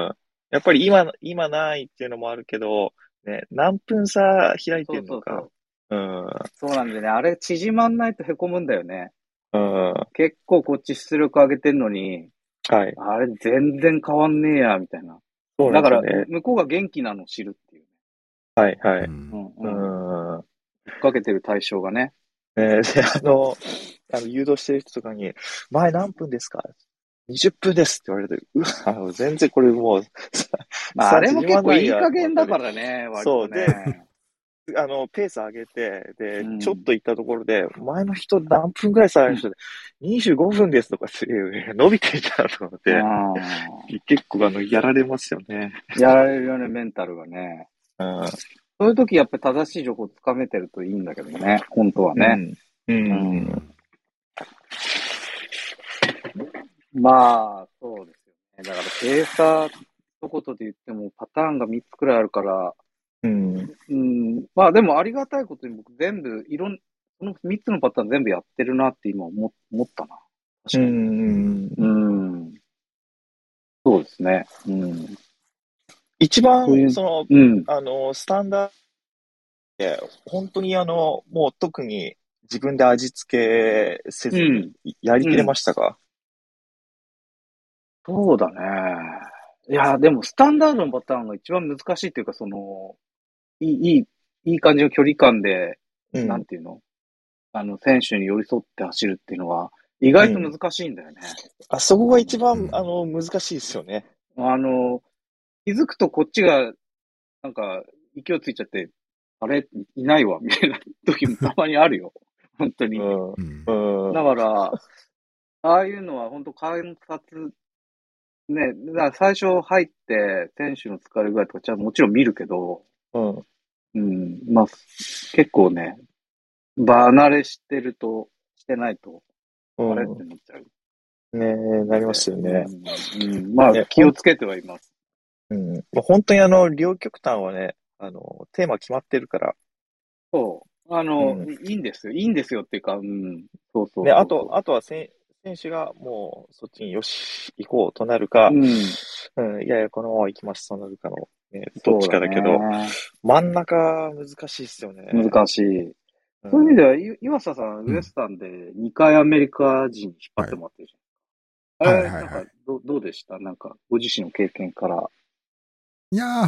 A: ん。やっぱり今、今ないっていうのもあるけど、ね、何分差開いてる
B: そうそ
A: の
B: うそ
A: か
B: う。。
A: うん。
B: そうなんでね、あれ縮まんないと凹むんだよね。
A: うん。は
B: 結構こっち出力上げてんのに、
A: い。
B: あれ全然変わんねえや、みたいな。
A: そうな
B: だ
A: ん
B: か
A: です
B: ら
A: よね。、
B: 向こうが元気なのを知るっていう。
A: はい、は
C: う
A: い。
B: うんん、
A: う
B: う
A: ん。
B: ん。追っかけてる対象がね。
A: ねで、あの、あの、誘導してる人とかに、前何分ですか ?20 分ですって言われて、うわ、全然これもう、
B: まあ、
A: さ
B: あれも結構いい
A: 縮ま
B: 加
A: んないや
B: 減だからね、割とね。
A: あの、ペース上げて、で、
B: うん
A: ちょっと行ったところで、前の人何分ぐらい差ある人で、25分ですとかっていう、伸びていたと思って、
B: うん
A: 結構あの、やられますよね。
B: やられるよね、メンタルがね。
A: うん。
B: そういう時やっぱ正しい情報をつかめてるといいんだけどね、本当はね。
A: う。
B: うん
A: うん。
B: まあ、そうですよね。だから、ペーサー一言で言ってもパターンが3つくらいあるから、
A: うん。
B: うん、まあでもありがたいことに僕全部、いろん、この3つのパターン全部やってるなって今思思ったな。確
A: う
B: かに。
A: ん。
B: うん。そうですね。うん。
A: 一
B: そういう
A: 番、その、
B: うん。
A: あの、スタンダードで、本当にあの、もう特に自分で味付けせず
B: うん
A: にやりきれましたか、
B: そうだね。いや、でもスタンダードのパターンが一番難しいっていうか、その、いい、いい、いい感じの距離感で、
A: うん
B: なんていうのあの、選手に寄り添って走るっていうのは、意外と難しいんだよね。
A: あそこが一
C: う
A: 番、
C: ん
A: あの、難しいですよね。
B: あの、気づくとこっちが、なんか、勢いついちゃって、あれ、いないわ、みたいな 時もたまにあるよ。 本当に。
A: う
C: うん
A: ん。うん
B: だ。から、ああいうのは本当観察、ね、だから最初入って選手の疲れ具合とかちゃんともちろん見るけど、
A: うん。
B: うん、まあ、結構ね、離れしてると、してないと、
A: う
B: あれっ
A: ん
B: てなっちゃう。
A: ねえ、なりますよね。
B: うん。うんまあ、
A: ね
B: 気をつけてはいます。
A: うん。まあ本当にあの、両極端はね、あの、テーマ決まってるから。
B: そう。あの、
A: うん
B: いいんですよ。いいんですよっていうか、うん。そうそうそう
A: ね、あと、、あとはせん、選手がもうそっちによし、行こうとなるか
B: う、ん。
A: うん、いやいや、このまま行きますとなるかの、ね、
B: そ
A: ど
B: う
A: っちかだけど、
B: ね
A: 真ん中難しいっすよね。
B: 難しい。
A: うん
B: そういう意味では、い岩佐さん、ウエスタンで2回アメリカ人に引っ張ってもらってるじゃん。
C: はい
B: あれ、
C: はいはいはい
B: なんかど、どうでしたなんか、ご自身の経験から。
C: いやー、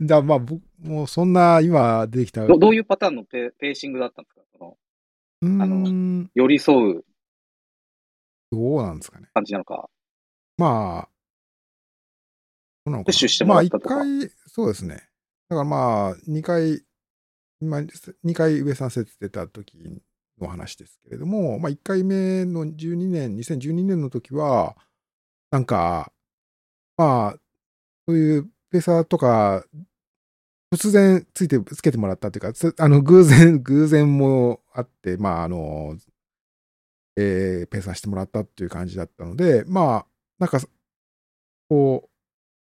C: だまあ、僕もうそんな今出てきた、
B: ど
C: う
B: どういうパターンのペペーシングだったんですかその
C: ー
B: あ
C: ん、
B: 寄り添う
C: どうなんですかね。
B: 感じなのか。
C: まあ、どうなのかな
B: プッシュしてもらったとか
C: まあ、一回、そうですね。だからまあ、二回、まあ、二回上させてた時の話ですけれども、まあ、一回目の12年、2012年の時は、なんか、まあ、そういうペーサーとか、突然ついて、つけてもらったっていうか、つあの、偶然、 偶然もあって、まあ、あの、えーペーサーしてもらったっていう感じだったので、まあ、なんか、こう、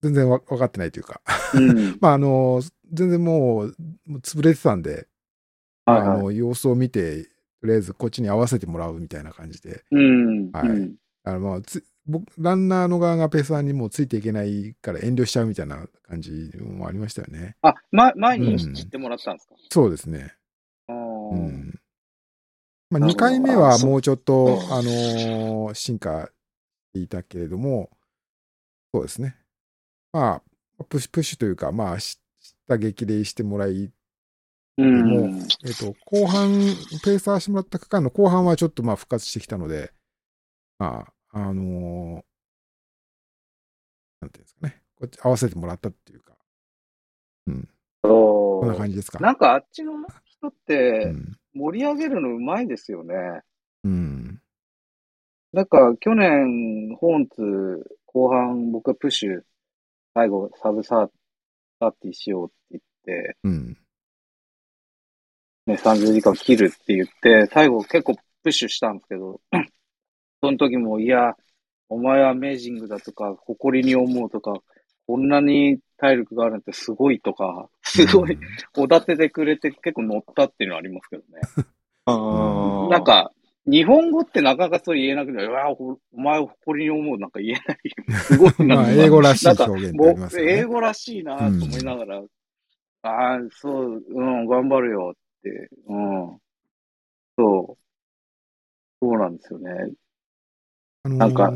C: 全然わ分かってないというか、
B: うん。
C: まあ、あの、全然もう、もう潰れてたんで、
B: はい
C: あ
B: はい。
C: の、様子を見て、とりあえずこっちに合わせてもらうみたいな感じで、
B: うん。
C: はい
B: うん
C: あの、まあ、つ僕、ランナーの側がペーサーにもうついていけないから遠慮しちゃうみたいな感じもありましたよね。
B: あ、ま、前に
C: うん
B: 知ってもらったんですか、
C: そうですね。
B: あー
C: うん。ま
B: な
C: あ、
B: る
C: 2
B: ほど
C: 回目は
B: あそう
C: もうちょっと、
A: うん
C: あのー進化していたけれども、そうですね。まあ、プッシュ、プッシュというか、まあ、し下激励してもらい、
B: うん。
C: えっ、と、後半、ペーサーしてもらった区間の後半はちょっとまあ復活してきたので、まあ、あのーなんていうんですかね、こっち合わせてもらったっていうか、
B: そ
C: こんな
B: う
C: 感じですか。
B: なんかあっちの人っ
C: う
B: て
C: ん。
B: 盛り上げるのうまいですよね。
C: うん。
B: なんか去年、ホーンツ後半僕はプッシュ、最後サブサーティしようって言って、
C: うん。
B: ね、30時間切るって言って、最後結構プッシュしたんですけど、 その時も、いや、お前はアメージングだとか、誇りに思うとか、こんなに体力があるなんてすごいとか、すごい、おだててくれて結構乗ったっていうのはありますけどね。
A: あー
B: なん、か、日本語ってなかなかそれ言えなくて、うわおお前を誇りに思うなんか言え ない。すごいな。
C: まあ、英語らしい
B: なん
C: 表
B: か
C: 現ってあ
B: も
C: りま
B: う
C: すよ
B: 英
C: ね。
B: 語らしいなと思いながら、ああ、そう、うん、頑張るよって、うん。そう。そうなんですよね。
C: あのー
B: なんか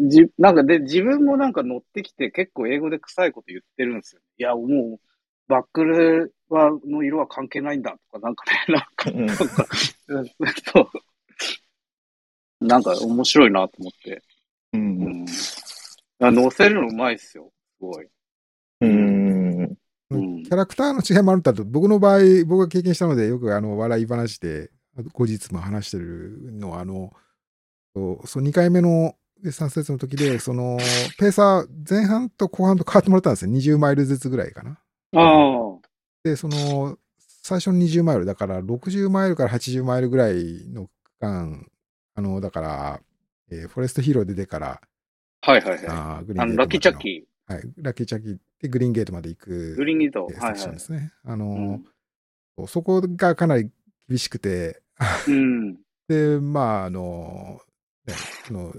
B: じ、なんかで、自分もなんか乗ってきて結構英語で臭いこと言ってるんですよ。いや、もう、バックルは、の色は関係ないんだとか、なんかね、なんか
A: うん
B: なんか、うんそう。なんか面白いなと思って。
A: うん
B: う。ん。あ乗せるのうまいっすよ。すごい。
A: うん。
B: うん
C: キャラクターの違いもあるんだと、僕の場合、僕が経験したので、よくあの笑い話で、後日も話してるのは、あの、そうそう2回目の3節の時で、その、ペーサー、前半と後半と変わってもらったんですよ。20マイルずつぐらいかな。
B: ああ。
C: で、その、最初の20マイル、だから60マイルから80マイルぐらいの区間、あの、だから、えーフォレストヒーロー出てから、
B: はいはいはい。
C: あーグリー
B: あの、
C: ンゲートまでの
B: ラッキーチャッキ
C: はい、ラッキーチャッキーでグリーンゲートまで行く
B: ー、グリーンギート。
C: えー
B: は
C: セ
B: い
C: クションで
B: は
C: すね。あのー、
B: い。
C: そこがかなり厳しくて、
B: うん。うん
C: で、まあ、あの、ね、あの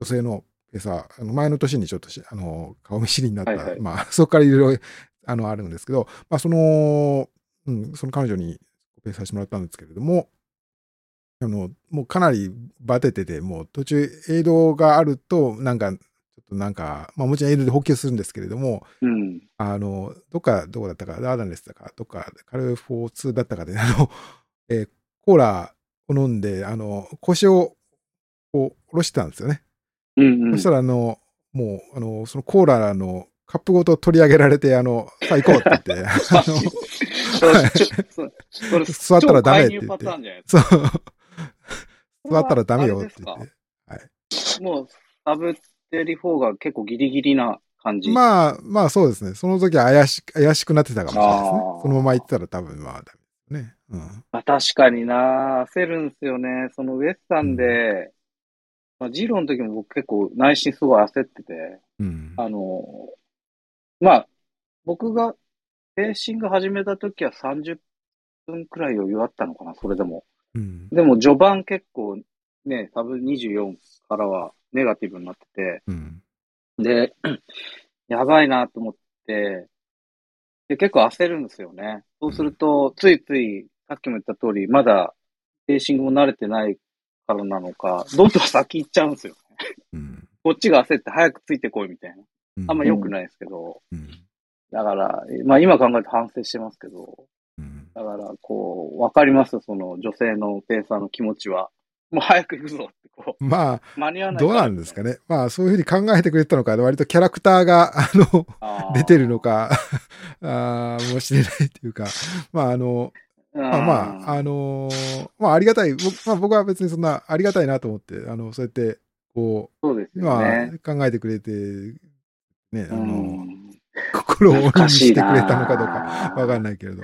C: 女性のペーサー、あの前の年にちょっとしあの顔見知りになった、
B: はいはい
C: まあ、 そこからいろいろあのあるんですけど、まあ、その、うん、その彼女にペーサーしてもらったんですけれども、あの、もうかなりバテてて、もう途中、エイドがあると、なんか、ちょっとなんか、まあもちろんエイドで補給するんですけれども、
B: うん。
C: あの、どっか、どこだったか、ダーダンレスだったか、どっか、カルフォー2だったかで、あ の、えーコーラを飲んで、あの、腰を、こう、下ろしてたんですよね。
B: うん。う
C: そ
B: ん
C: したら、あの、もう、あの、そのコーラのカップごと取り上げられて、あの、さあ行こうっ て言って、あの、
B: そうちょそうそれ
C: 座ったらダメって言って
B: 超介入パターンじゃないで
C: そう、
B: すか
C: 座ったらダメよ
B: あれ
C: っ
B: で
C: て
B: す
C: 言
B: か
C: って。
B: もう、サブテリフォーが結構ギリギリな感じ。
C: まあ、まあそうですね。その時怪し、怪しくなってたかもしれないですね
B: あー。
C: そのまま行ってたら多分まあダメですね。うん。
B: まあ確かにな、焦るんですよね。そのウエスタンで、まあ、ジローの時も僕結構内心すごい焦ってて、
C: うん。
B: あの、まあ、僕がペーシング始めた時は30分くらい余裕あったのかな、それでも。
C: うん。
B: でも序盤結構ね、サブ24からはネガティブになってて、
C: うん。
B: で、 やばいなと思って、で、結構焦るんですよね。そうすると、ついつい、さっきも言った通り、まだ、ペーシングも慣れてないからなのか、どんどん先行っちゃうんですよ。
C: うん。
B: こっちが焦って早くついてこいみたいな。あんま
A: り
B: 良くないですけど。
C: うん。
B: だから、まあ今考えて反省してますけど、
C: うん。
B: だから、こう、わかります、その女性のペーサーの気持ちは。もう早く行くぞって、こ
C: ま
B: う、間に合わ
C: あ、
B: ない
C: どうなんですかね。まあ、そういうふうに考えてくれてたのか、割とキャラクターが、あの、
B: あー
C: 出てるのか、 あーもしれないっていうか、まあ、あの、
B: うん
C: まあまあ、あのーまあ、ありがたい、僕,、まあ、僕は別にそんなありがたいなと思って、あの、そうやって、こ
B: そうです
C: う、
B: よ
C: まあ
B: ね。
C: 考えてくれて、ね、あ
B: う
C: の、
B: ん
C: 心を鬼に
B: 難し
C: し
B: い
C: て
B: な
C: くれたのかどうか、わかん
B: な
C: ないけれど。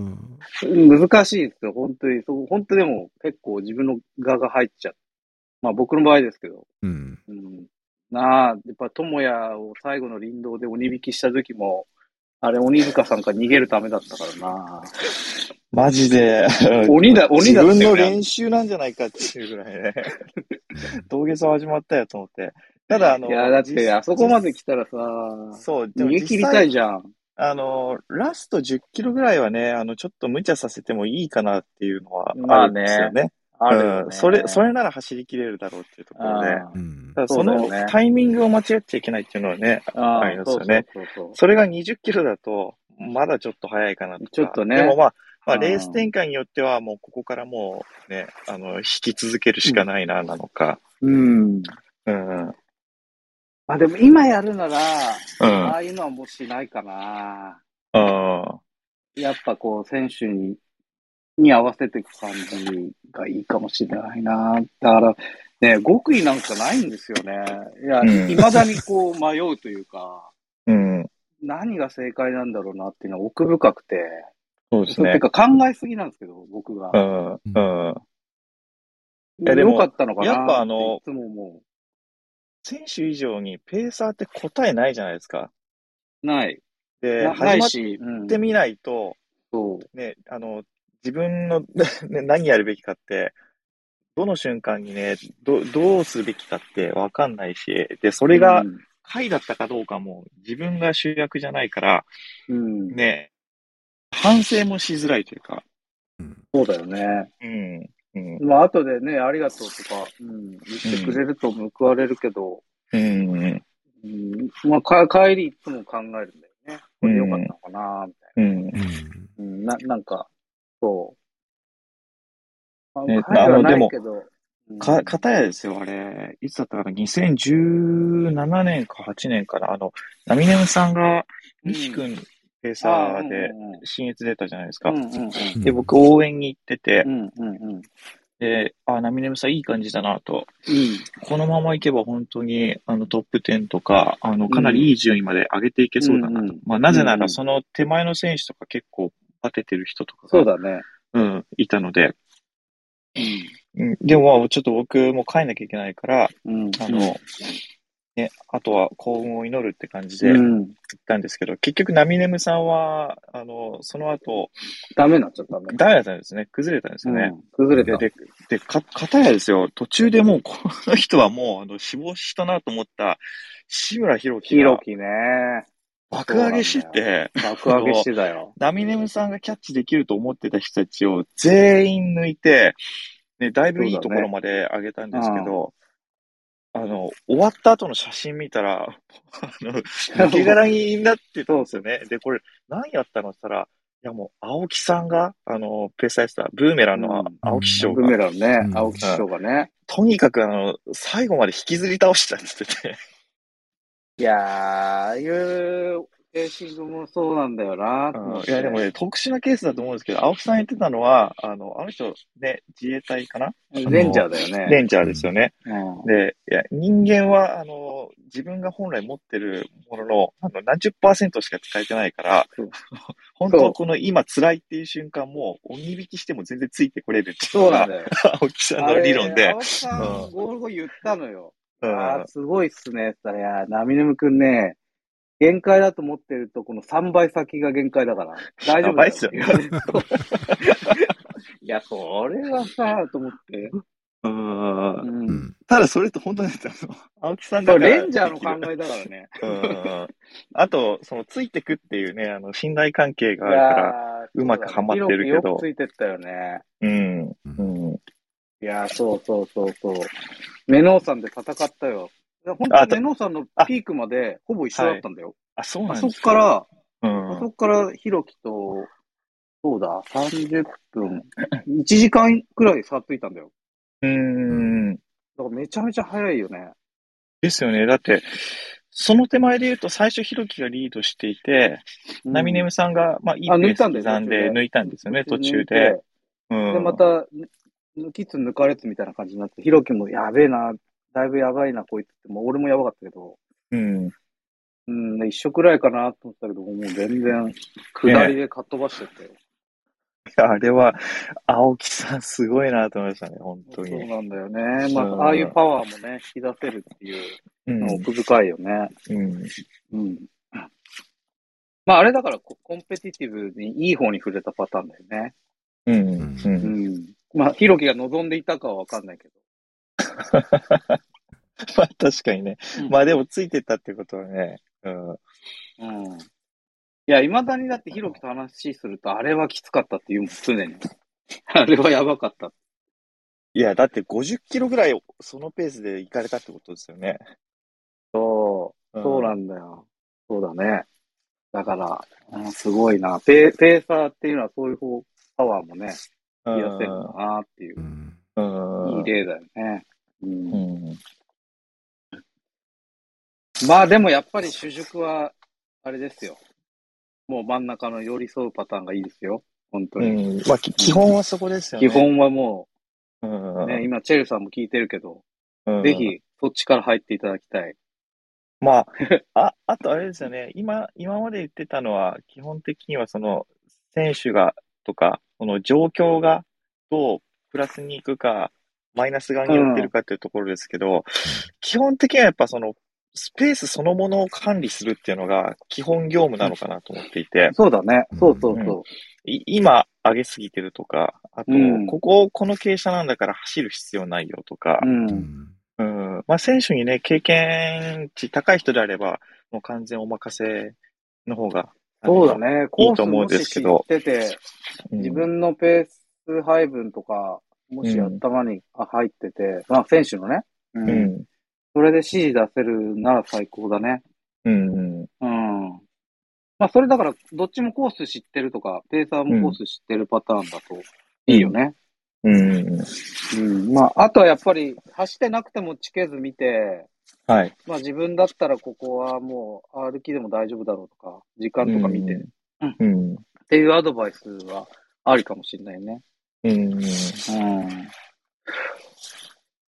C: うん。
B: い。難しいですよ、本当に。そう本当でも結構自分の側が入っちゃう。まあ僕の場合ですけど。
C: うん。
B: うん、なあ、やっぱ智也を最後の林道で鬼引きした時も、あれ鬼塚さんから逃げるためだったからな。
A: マジで。
B: 鬼だ鬼だったよね
A: 自分の練習なんじゃないかっていうぐらいね。 土下座始まったよと思って。ただ、あの、
B: いや、だって
A: 実
B: あそこまで来たらさ、
A: そう、で
B: 逃
A: も
B: げ
A: 実
B: 切りた
A: 際
B: いじゃん。
A: あの、ラスト10キロぐらいはね、あの、ちょっと無茶させてもいいかなっていうのは
B: ま
A: あ
B: あ
A: るん
B: ね
A: ですよね。
B: あるよね
A: うん。それ、それなら走り切れるだろうっていうところで。
B: あ
C: う
B: ー
C: ん
A: ただ
B: そ
A: そう
B: だよね
A: のタイミングを間違っちゃいけないっていうのはね、
B: あー
A: ありますよね。
B: そうそうそうそう
A: それが20キロだと、まだちょっと早いかなとか。
B: ちょっとね
A: でもまあ、まあ、
B: うん
A: レース展開によっては、もうここからもうね、あの、引き続けるしかないな、なのか。
B: うん。
A: うん。うん。
B: まあでも今やるなら、
A: うん
B: あ。あいうのはもうしないかな。
A: あ
B: やっぱこう、選手に、に合わせていく感じがいいかもしれないな。だから、ね、極意なんかないんですよね。いや、
A: うん
B: いまだにこう迷うというか、
A: うん。
B: 何が正解なんだろうなっていうのは奥深くて、
A: そうです
B: それ
A: ね
B: て。か考えすぎなんですけど、僕が
A: う。ん。うん。やでも
B: 良かったのかな
A: やっぱあの
B: っていつも思
A: 選手以上にペーサーって答えないじゃないですか。
B: う。ない。
A: で、
B: なな
A: 始ま
B: い
A: っ
B: し、うん
A: てみないと、
B: そう。
A: ね、あの、自分の、 ね、何やるべきかって、どの瞬間にね、ど、どうするべきかってわかんないし、で、そ
B: こ
A: れが、回だったかどうかも自分が主役じゃないから、
B: うん、
A: ね、反省もしづらいというか。
B: そうだよね。
A: うん。うん。
B: まあ、後でね、ありがとうとか、うん、言ってくれると報われるけど、
A: うん。
B: うん、まあ、か帰りいつも考えるんだよね。これ良かったのかな、みたい
A: うん。
C: うん
B: な。うん、な、なんか、そう。まあ、
A: ね
B: 帰りは
A: あの
B: な
A: で
B: い
A: も
B: けど、うん
A: か、かたやですよ、あれ。いつだったかな ?2017 年か8年かな。あの、ナミネムさんが、
B: うん
A: 西君ペーサ
B: あ
A: ーで、新越出たじゃないです
B: う
A: か
B: ん。うん
A: で、僕応援に行ってて
B: う、ん。うんうんうん。
A: で、あ、ナミネムさんいい感じだなと。
B: うん。
A: このままいけば本当に、あの、トップ10とか、あの、かなりいい順位まで上げていけそうだなと。
B: うんうん
A: まあ、なぜな
B: うんう
A: ら、
B: ん
A: その手前の選手とか結構バテてる人とかが、
B: そうだね。
A: うん、いたので、
B: う
A: うん、でも、まあちょっと僕も帰んなきゃいけないから、
B: ん。うん。
A: あの、ね、あとは幸運を祈るって感じで
B: う
A: 行っ
B: ん。
A: たんですけど、結局、ナミネムさんは、あの、その後、
B: ダメになっちゃったね。
A: ダメだったんですね。崩れたんですよね。
B: うん崩れ
A: で、
B: た。
A: で、で、か、片やですよ、途中でもう、この人はもう、あの、死亡したなと思った、志村弘
B: ヒ
A: 樹
B: ロ
A: が
B: キね。
A: 爆上げして
B: そう
A: て、
B: 爆上げしてたよ。
A: ナミネムさんがキャッチできると思ってた人たちを全員抜いて、ね、だいぶいいところまで上げたんですけど、あの、終わった後の写真見たら、あ の、抜け殻になってたんですよね。で、これ、何やったのって言ったら、いやもう、青木さんが、あの、ペーサイスター、ブーメラン
B: う
A: の
B: ん
A: 青木師匠
B: ブ
A: が、
B: メランね
C: う、ん
B: 青木師匠がね。
A: とにかく、あの、最後まで引きずり倒したって言ってて、
B: いやー、ああいうペーシングもそうなんだよなと思っ
A: うんい
B: て。
A: や、でもね、特殊なケースだと思うんですけど、青木さん言ってたのは、あの、あの人、ね、自衛隊かな
B: レンジャーだよね。
A: レンジャーですよね。
B: うん
A: で、いや、人間は、あの、自分が本来持ってるものの、あの、何十パーセントしか使えてないから
B: そう、
A: 本当はこの今辛いっていう瞬間も、鬼引きしても全然ついてこれるってい
B: そうう
A: の
B: なん
A: が、
B: だよ。
A: 青木さん の理論
B: あれ
A: で
B: 青。木さん、
A: うん
B: ゴール後言ったのよ。
A: うん
B: ああ、すごいっすね。って言ったら、いやー、ナミネムくんね、限界だと思ってると、この3倍先が限界だから。大丈
A: や
B: 夫だ
A: ば いっすよね
B: いや、それはさ、と思って。
A: うん
B: う。
C: うんん。
A: ただそれって本当に、あの 青木さん
B: そ
A: が。
B: うレンジャーの考えだからね。
A: うんあと、その、ついてくっていうね、あの、信頼関係
B: い
A: がある
B: や
A: から、
B: ー
A: うまくはまってるけど
B: そうだねよくついてったよね。
A: うん、うん。
B: いやー、そうそうそうそう。メノーさんで戦ったよ。いや本
A: あ
B: 当
A: た
B: メノーさんのピークまでほぼ一緒だったんだよ。
A: あ、そうな
B: あ
A: ん
B: そ
A: で
B: っ
A: す
B: か、ら、
A: うん、
B: そっからひろきと、そうだ、30分、1時間くらい差ついたんだよ。
A: うん。
B: だからめちゃめちゃ早いよね。
A: ですよね。だって、その手前で言うと、最初、ひろきがリードしていて、
B: うん
A: ナミネムさんが、まあ、いいペ
B: あ抜
A: ー
B: い
A: ス
B: た
A: 刻
B: ん
A: ん
B: だよ
A: で、抜いたんですよね、途中で。。う
B: で、
A: ん。
B: また、抜きつ抜かれつみたいな感じになって、ひろきもやべえな、だいぶやばいな、こいつって、もう俺もやばかったけど、
A: うん。
B: うん、一緒くらいかなと思ったけど、もう全然、下りでかっ飛ばしてったよ。
A: あれは、青木さんすごいなと思いましたね、本当
B: そう
A: に。
B: なんだよね。ま
A: うん
B: あ、ああいうパワーもね、引き出せるっていう
A: うん。
B: の奥深いよね。
A: うん。
B: うん。まあ、あれだからコ、コンペティティブにいい方に触れたパターンだよね。
A: うん。う。
B: うんん。まあ、ヒロキが望んでいたかはわかんないけど。
A: まあ、 確かにね
B: うん。
A: まあ、でも、ついてったってことはね、うん。
B: うん。いや、未だにだってヒロキと話すると、あれはきつかったっていうもん、常に。 あれはやばかったって。
A: いや、だって50キロぐらい、そのペースで行かれたってことですよね。
B: そ
A: うん
B: う、そうなんだよ。そうだね。だから、うんすごいな。ペペーサーっていうのはそういう方、パワーもね、
A: う
B: 引き出
A: ん
B: せるのかなっていう
C: う、ん。
A: うん。
B: いい例だよね。うん
A: うん。
B: まあでもやっぱり主軸は、あれですよ。もう真ん中の寄り添うパターンがいいですよ。本当
A: う
B: に。
A: ん。まあ、き基本はそこですよ
B: 基
A: ね。
B: 本はも
A: う
B: う、
A: ん。
B: ね、今チェルさんも聞いてるけど、
A: うん
B: ぜひそっちから入っていただきたい。
A: まあ、 あ、あとあれですよね。今、今まで言ってたのは、基本的にはその、選手が、とか、その状況が、どうプラスに行くか、マイナス側に寄ってるかっていうところですけど、基本的にはやっぱその、スペースそのものを管理するっていうのが、基本業務なのかなと思っていて、
B: そうだね。そうそううそ
A: い今、上げすぎてるとか、あと
B: うん、
A: ここ、この傾斜なんだから走る必要ないよとか
B: う。う、。
C: うんん。
A: うん、まあ、選手にね、経験値高い人であれば、もう完全お任せの方が、あの
B: そうだ。ね。コ
A: いい
B: ー
A: と
B: ス
A: 思うん
B: も
A: で
B: し
A: すけ
B: 知っ
A: ど
B: てて、
A: うん
B: 自分のペース配分とか、もし頭にあ入ってて、まあ選手のね、う。
A: うんん。
B: それで指示出せるなら最高だね。
A: うん。
B: うん。まあ、それだから、どっちもコース知ってるとか、ペーサーもコース知ってるパターンだといいよね。
A: うん。
B: うん。まあ、あとはやっぱり、走ってなくても地形図見て、
A: はい。
B: まあ自分だったらここはもう歩きでも大丈夫だろうとか、時間とか見て、っ
A: うん。
B: ていうアドバイスはありかもしれないね。
A: うん。
B: うん。い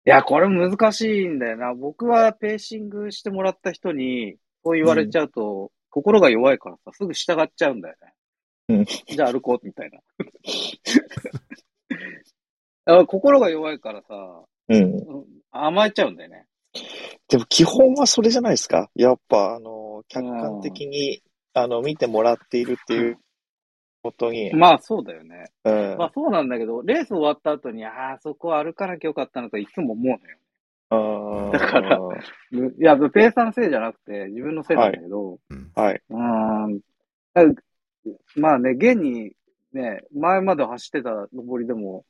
B: や、これ難しいんだよな。僕はペーシングしてもらった人に、そう言われちゃうと、心が弱いからさ、すぐ従っちゃうんだよ
A: うん
B: ね。じゃあ歩こう、みたい な。あ心が弱いからさ、
A: うん。
B: 甘えちゃうんだよね。
A: でも基本はそれじゃないですか。やっぱ、あの、客観的に、あの、見てもらっているっていうことに、
B: まあそうだよね。
A: うん
B: まあそうなんだけど、レース終わった後に、ああ、そこ歩かなきゃよかったなといつも思うのよ。
A: うん
B: だからむいや、ペーサーのせいじゃなくて、自分のせいなんだけど、
A: はい。
B: うーん。だまあね、現にね、前まで走ってた登りでも、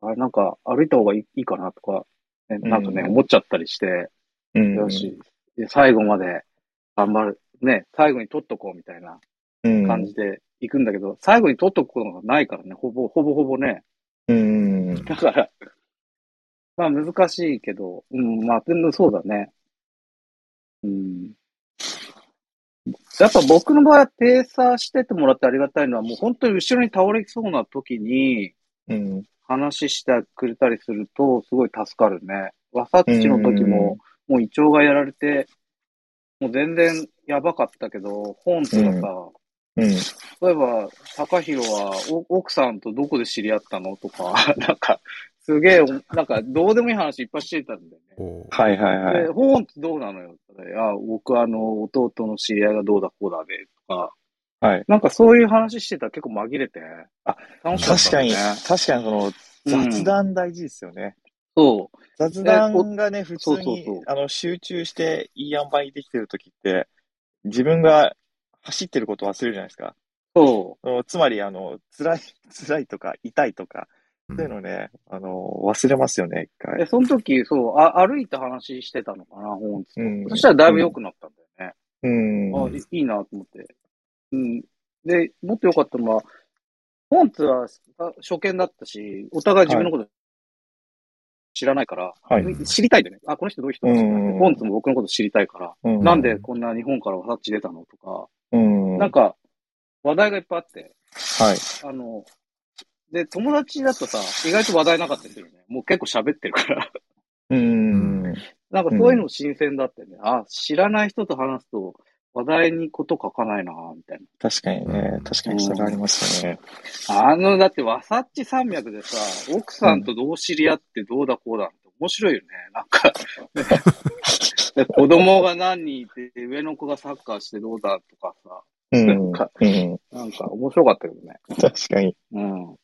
B: あれなんか歩いた方がいいいいかなとか、ね、
A: うん
B: なんかね、思っちゃったりして、
A: うん
B: よし、いや最後まで頑張る、ね、最後に取っとこうみたいな
A: うん。
B: 感じで行くんだけど、最後に取っとくことがないからね、ほぼ、ほぼほぼね。
A: うん。
B: だから、まあ難しいけど、うん、まあ、でもそうだね。うん。やっぱ僕の場合はペーサーしててもらってありがたいのは、もう本当に後ろに倒れそうな時に
A: うん。
B: 話してくれたりすると、すごい助かるね。わさつちの時も、もう胃腸がやられて、もう全然やばかったけど、本とかさ、
A: うんうん。
B: 例えば、高弘はお奥さんとどこで知り合ったのとか、 なんか、すげえ、なんか、どうでもいい話いっぱいしてたんだよね。
C: こう。
A: はいはいはい
B: で、。ホーンってどうなのよって言ったらいや、僕あの、弟の知り合いがどうだこうだで、とか、
A: はい。
B: なんかそういう話してたら結構紛れて、
A: あ、
B: 楽しかっ
A: 確
B: た
A: か
B: ん
A: に
B: だよね、
A: 確かにその、雑談大事ですよね。
B: そ
A: 雑談がね、普通
B: そうそう
A: に
B: そう
A: あの集中していい塩梅にできてるときって、自分が走ってることを忘れるじゃないですか。
B: う、そ
A: あのつまり、あの、辛い、辛いとか、痛いとか、
C: うん
A: そういうのね、あの、忘れますよね、一
B: う。で、
A: 回。
B: その時、そう、あ歩いた話してたのかな、本日。
A: うん
B: そしたらだいぶ良くなったんだよね。
A: うん。
B: あいいいなと思って。うん。で、もっと良かったのは、本日はあ初見だったし、お互い自分のこと知らないから、
A: はい。
B: 知りたいんだよね。あ、この人どういう人だっけ
A: うん
B: 本日も僕のこと知りたいから、
A: う
B: なんで、こんな日本からわさっち出たのとか、
A: うん。
B: なんか、話題がいっぱいあって、
A: はい。
B: あの、で、友達だとさ、意外と話題なかったりするよね。もう結構喋ってるから。
A: うん。
B: なんかそういうのも新鮮だったよね。あ、知らない人と話すと、話題にこと書かないなみたい
A: 確かにね、確かに差がありますよね。
B: な。あの、だって、わさっち山脈でさ、奥さんとどう知り合ってどうだこうだって面白いよね。なんか、ね子供が何人いて、上の子がサッカーしてどうだとかさ、
A: うん。
B: か
A: うん。
B: なんか面白かったけどね。
A: 確かに。
B: うん。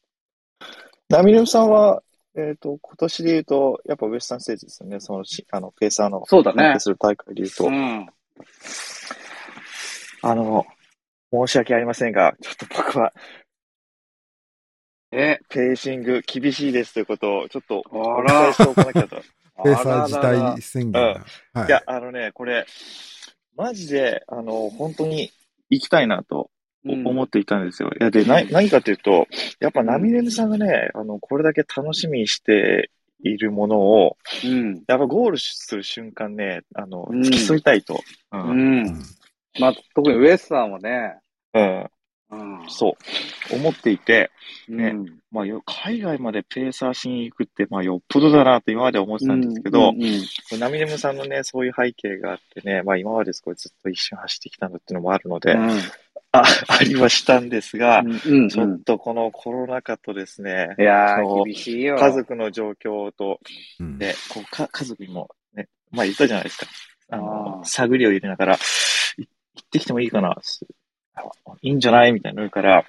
A: ナミルさんは、えっ、と、今年で言うと、やっぱウエスタンステージですよね。そのし、あの、ペーサーの、
B: そうだね
A: 関係する大会で言うと、
B: うん。
A: あの、申し訳ありませんが、ちょっと僕は、
B: え、
A: ペーシング厳しいですということを、ちょっと、
B: あ
A: お
B: ら
A: 伝えしておかなきゃ と。
C: ペーサー自
B: あららら
C: 体宣言だ。はい
A: や、あのね、これ、マジで、あの、本当に行きたいなと
B: うん
A: 思っていたんですよ。いや、で、な、何かというと、やっぱナミレムさんがね、あの、これだけ楽しみにしているものを、
B: うん。
A: やっぱゴールする瞬間ね、あの、
B: うん
A: 付き添いたいと。う。
B: うん。
C: うんん。
B: まあ、特にウエスさんはね、
A: うん。
B: うん。
A: そう。思っていて、
B: う
A: ね
B: ん。
A: まあ、よ海外までペーサーしに行くって、まあ、よっぽどだなと今まで思ってたんですけど
B: う、んうん
A: ナミレムさんのね、そういう背景があってね、まあ、今まですごいずっと一瞬走ってきたんだっていうのもあるので、あ、ありはしたんですが、
B: うん
A: ちょっとこのコロナ禍とですね
B: い、や
A: そ
B: ー、
A: う
B: 厳しいよ。
A: 家族の状況と、
C: うん
A: で、こうか家族にも、ね、まあ言ったじゃないですか。あの
B: あー
A: 探りを入れながら、い行ってきてもいいかな、すあいいんじゃないみたいなの言うから、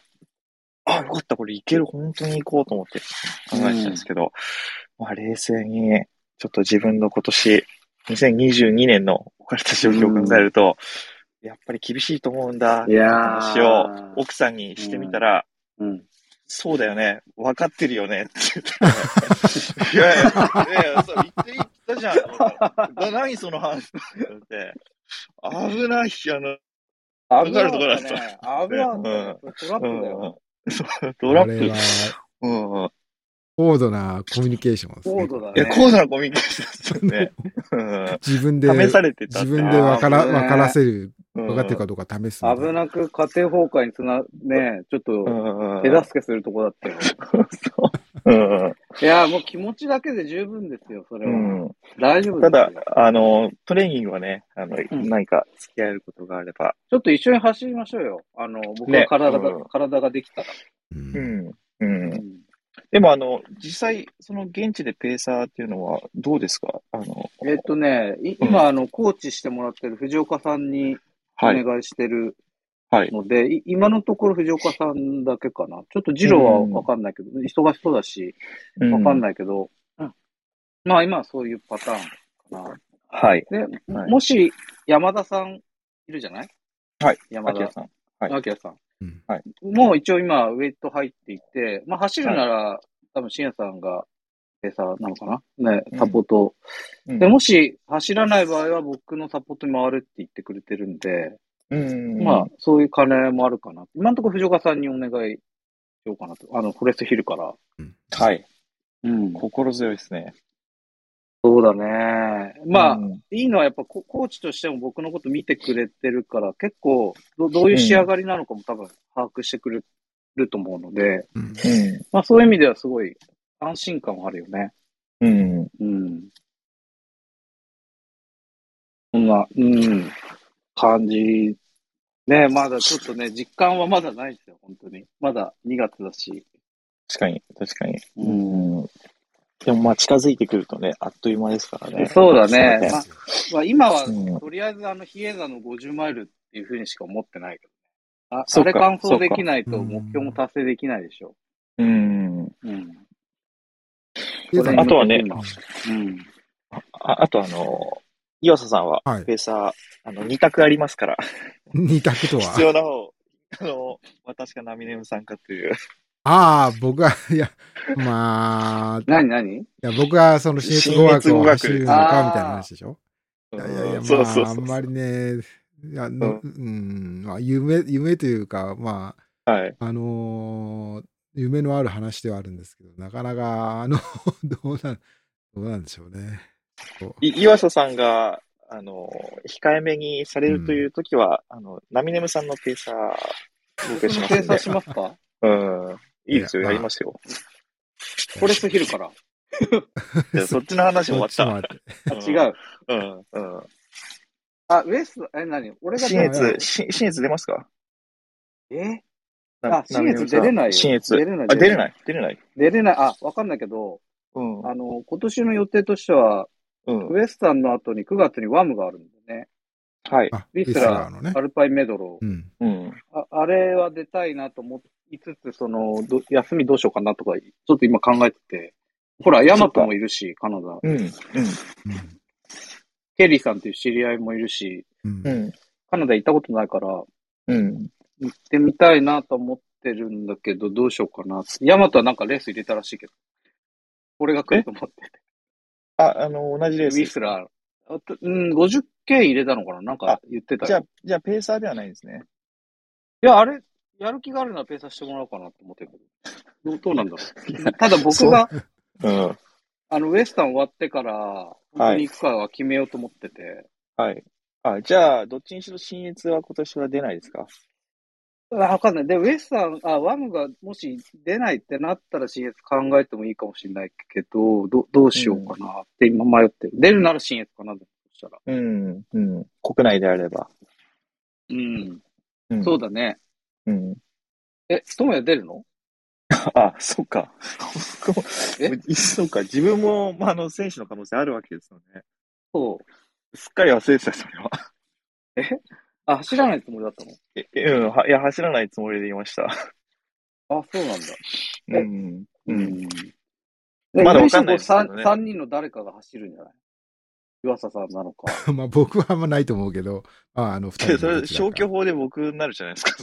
A: あ、よかった、これ行ける、本当に行こうと思って考えてたんですけど、まあ冷静に、ちょっと自分の今年、2022年の置かれた状況を考えると、やっぱり厳しいと思うんだ、
B: いやー
A: 話を奥さんにしてみたら、
B: うん。
A: そうだよね。分かってるよ ね。って言って。いやいや、いやいやそう言って言ったじゃん。と思ったらな何その話って。危ないあの、
B: 危
A: かるとこだった
B: ね。危なかったね。トラップだよ。
A: うんそうドラ
C: こ
A: ッ
C: れ
A: グ
C: は。、
A: うんうん。
C: 高度なコミュニケーションですね。
B: 高度だ
A: い
B: ね
A: や、高度なコミュニケーションですよね。
C: 自分で、
A: うん。試されてた
C: 自分でわから、
B: あー危ねえ
C: わからせる、わ
A: 分
C: かってるかどうか試す。
B: 危なく家庭崩壊につな、ね、ちょっ
A: う
B: と
A: んうん。
B: 手助けするとこだったよ。
A: うんうん
B: いやー、もう気持ちだけで十分ですよ、それ
A: う
B: は。
A: ん。
B: 大丈夫で
A: た
B: すよ
A: だ、あの、トレーニングはね、あの、
B: ん
A: 何か付き合えることがあれば。
B: ちょっと一緒に走りましょうよ。あの、僕は
A: ね
B: 体が、
A: うん
B: 体ができたら。
C: うん
A: うん。うん
B: う。ん
A: でも、あの、実際、その現地でペーサーっていうのはどうですかあの、
B: えっとね、い今、あの、コーチしてもらってる藤岡さんにお
A: はい。
B: 願いしてる
A: はい。
B: ので、い今のところ藤岡さんだけかな。ちょっとジロはわかんないけど、忙しそうだし、わかん
A: い。
B: ないけど、うんまあ今はそういうパターンかな。
A: はい。
B: で、
A: はい
B: もし山田さんいるじゃない
A: はい。
B: 山
A: アキ
B: 田
A: ラさん。はい
B: 明さん。
C: うん
A: はい
B: もう一応今、ウェイト入っていて、まあ走るなら、多分、深夜さんが、ペーサーなのかなね、サポート、
A: うん
B: で、もし走らない場合は僕のサポートに回るって言ってくれてるんで、
A: うん。
B: まあ、そういう兼ね合いもあるかな。今のところ藤岡さんにお願いしようかなと。あの、フォレストヒルから。
A: はい。
B: うん
A: 心強いですね。
B: そうだね。まあ、
A: うん
B: いいのはやっぱココーチとしても僕のこと見てくれてるから、結構ど、どういう仕上がりなのかも多分把握してくれると思うので、
C: うん
A: う
B: まあそういう意味ではすごい安心感はあるよね。
A: ん。うん。
B: うん。そんな、うん、感じ。ねまだちょっとね、実感はまだないですよ、本当に。まだ2月だし。
A: 確かに、確かに。
B: う
A: うん。でも、まあ、近づいてくるとね、あっという間ですからね。
B: そうだね。
A: そ
B: まあまあ、今は
A: うん
B: とりあえずあの、比叡山の50マイルっていうふうにしか思ってないけど。あ
A: そ
B: あ
A: うか
B: れ完走できないと
C: そうか
B: 目標も達成できないでしょ
A: うん。
B: う。うん。それに
A: あとはね
B: 今うん。
A: ああとあの、岩佐さんは
C: はい、
A: ペーサー、あの、2択ありますから、
C: 二択と
A: 必
C: は。
A: 要な方、あの、私かナミネムさんかという。
C: ああ、僕は、いや、まあ、い
B: 何何
C: や僕はその新越語学を走るのかみたいな話でしょ。いやいやいや、ま
A: そうそう
C: あ、あ
A: そ
C: ん
A: う。
C: まりね、いや、のうん、まあ、夢、夢というか、ま
A: はい。
C: あ、あのー夢のある話ではあるんですけど、なかなか、あの、 どうなん、どうなんでしょうね。
A: い岩佐さんが、あの、控えめにされるというときは、あの、ナミネムさんのペーサー、僕はします
B: 計
A: ん
B: 算
A: で
B: し。ますか
A: うん。いいですよ、
C: い
A: や
C: やまあ
A: りますよ。
B: これすぎるから。
A: いやそっちの話終わっ
C: ちょ
A: た。
C: っと待って
B: あ違う。
A: うん、うん。
B: あ、ウエスト、え、何俺が
A: 新
C: 信
A: 越、し新越出ますか
B: え
A: な
B: あ、新越出れないよ。
A: 新越。
B: 出れない。
A: あ、出れない。出れない。
B: 出れない。あ、わかんないけど、
A: うん。
B: あの、今年の予定としては、
A: うん。
B: ウエスタンの後に9月にワムがあるんだよね。
A: はい。
C: あ、
B: ウ
C: リ
B: ィ
C: ス
B: ス
C: ラ
B: ラ
C: ーのね
B: ー、ア。ルパインメドロ
C: うん。
A: うん。
B: ー。ああれは出たいなと思いつつ、その、ど休みどうしようかなとか、ちょっと今考えてて。ほら、ヤマトもいるし、カナダ。
A: うん。うん。
B: ケリーさんっていう知り合いもいるし、
C: うん。
A: う
C: うん
A: ん。
B: カナダ行ったことないから、
A: うん。
B: 行ってみたいなと思ってるんだけど、どうしようかな。ヤマトはなんかレース入れたらしいけど。俺が来ると思って
A: あ、あの、同じレ
B: ウ
A: ー
B: ィ
A: ス。
B: スラー。あとうん、50K 入れたのかななんか言ってた
A: じゃあ
B: よ。、
A: じゃあ、ペーサーではないんですね。
B: いや、あれ、やる気があるならペーサーしてもらおうかなと思ってるけど。どうどうなん だろう。ただ僕が、
A: うん。
B: あの、ウエスタン終わってから、本当に行くかは決めようと思ってて。
A: はい。あ、じゃあ、どっちにしろ新越は今年は出ないですか
B: あわかんない。で、ウエスタン、あ、ワムがもし出ないってなったら CS 考えてもいいかもしれないけど、どどうしようかなって今迷ってる。出るなら CS かなとしたら。
A: うん。うん。国内であれば。
B: うん。
A: うん。
B: そうだね。
A: うん。
B: え、トモヤ出るの
A: あ、そっか。僕も
B: え
A: そうか。自分も、まあ、あの、選手の可能性あるわけですよね。
B: そう。
A: すっかり忘れてた、それは。
B: あ、走らないつもりだったの
A: え、えうん。はいや、走らないつもりでいました。
B: あ、そうなんだ。え
A: うん。うん。
B: うん。
A: まだわかんないですけどね
B: 3, 三人の誰かが走るんじゃない岩佐さんなのか。
C: まあ僕はあんまないと思うけど、まああの二人
A: で
C: の
A: それ、
C: どちらか
A: 消去法で僕になるじゃないですか。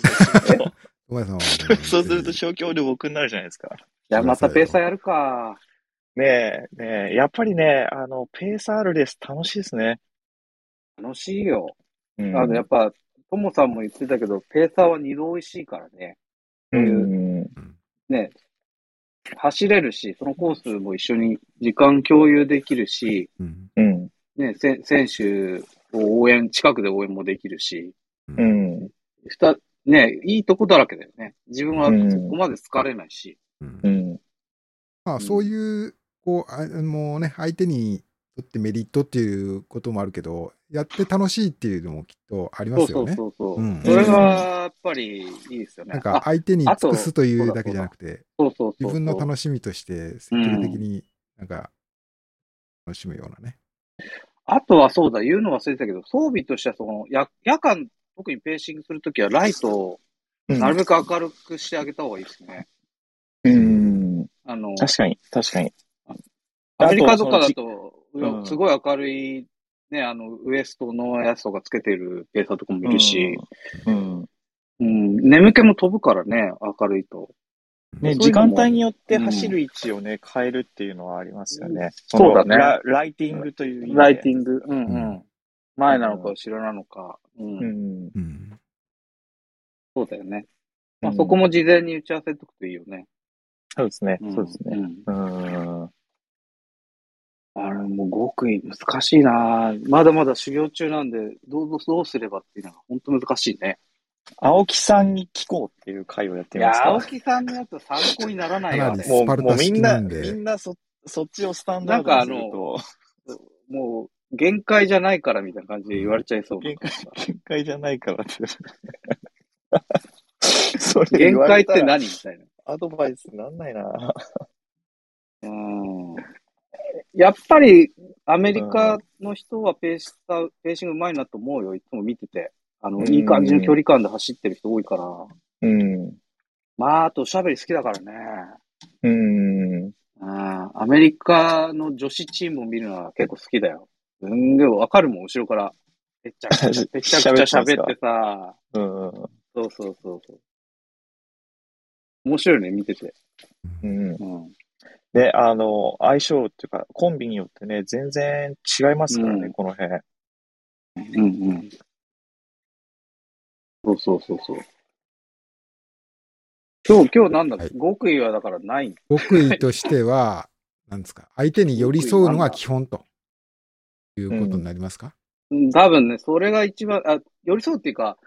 C: お前さんは
A: そうすると消去法で僕になるじゃないですか。
B: じゃあまたペーサーやるか。
A: ねえ、ねえ、やっぱりね、あの、ペースあるレース楽しいですね。
B: 楽しいよ。
A: うん
B: あの、やっぱ、トモさんも言ってたけど、ペーサーは二度美味しいからね。
A: うん。
B: ね、走れるし、そのコースも一緒に時間共有できるし、
C: うん。
A: うん。
B: ね、せ選手を応援、近くで応援もできるし、
A: う
C: うん。
A: ん。
B: ふたね、いいとこだらけだよね。自分は
A: うん
B: そこまで疲れないし。
C: うん
A: うん。
C: まあそういう、こう、あもうね、相手にとってメリットっていうこともあるけど、やって楽しいっていうのもきっとありま
B: そう
C: す
B: そ
C: よ
B: う
C: ね。
B: そうそう、
C: うん
B: それはやっぱりいいですよね。
C: なんか
B: あ
C: 相手に
B: あと
C: 尽くすというだけじゃなくて、
B: そうそうそう
C: 自分の
B: し
C: 楽しみとして積極的になんか楽しむようなね。
B: あとはそうだ、言うの忘れてたけど、装備としてはその夜夜間、特にペーシングするときはライトを
A: うん
B: なるべく明るくしてあげた方がいいですね。
A: うん。
B: あの、
A: 確かに、確かに。
B: アメリカとかだ
A: あ
B: と、
A: うん
B: すごい明るい、ね、あの、ウエストのやつとかつけてるペーサーとかもいるし、
A: そのうん。
B: うん、眠気も飛ぶからね、明るいと。
A: ね、
B: そう
A: 時
B: いうのも
A: 間帯によって走る位置をね、変えるっていうのはありますよね。
B: そうだね
A: のラライティングという意味で。
B: ライティング、うんう。
C: うん
B: 前なのか後ろなのか、うん、
A: うん。
C: うん。
B: そうだよね。まあ、そこも事前に打ち合わせとくといいよね。
A: そうですね
B: ん。
A: そうですね。
B: ん
A: うん。は
B: あれ、もう極意難しいなまだまだ修行中なんで、どう、どうすればっていうのが本当難しいね。
A: 青木さんに聞こうっていう回をやって
B: い
A: みま
B: や
A: す、か
B: 青木さんのやつは参考にならないよ、
C: かな
B: ね
C: り。
A: もう、
C: スパル
A: もう
C: タ
A: み
C: 式
A: んな、
C: なんで
A: みんなそ、そっちをスタンダードにすると、
B: もう、限界じゃないからみたいな感じで言われちゃいそうな
A: 限界、 限界じゃないからって。それ
B: 限
A: 言わ
B: 界
A: れ
B: ったて
A: ら
B: 何みたいな。
A: アドバイスなんないな。
B: うん。やっぱり、アメリカの人はペースター、ペーシングうまいなと思うよ。いつも見てて。あの、
A: うん
B: いい感じの距離感で走ってる人多いか
A: う
B: ら。
A: ん。
B: まあ、あと、おしゃべり好きだからね。
A: うん。
B: あーアメリカの女子チームを見るのは結構好きだよ。すんげえわかるもん、後ろから。めちゃくちゃ、めちゃくちゃ喋ってさ。
A: うんうん
B: そうそうそうそう。面白いね、見てて。
A: うん。
B: うん。
A: で、あの、相性っていうか、コンビによってね、全然違いますからね、
B: うん
A: この辺。
B: うんうん。そうそうそうそう。今日、今日なんだっけ、
C: はい
B: 極意はだからない。
C: 極意としては、 なんですか、相手に寄り添うのが基本ということになりますか、
B: うん多分ね、それが一番、あ、寄り添うっていうか、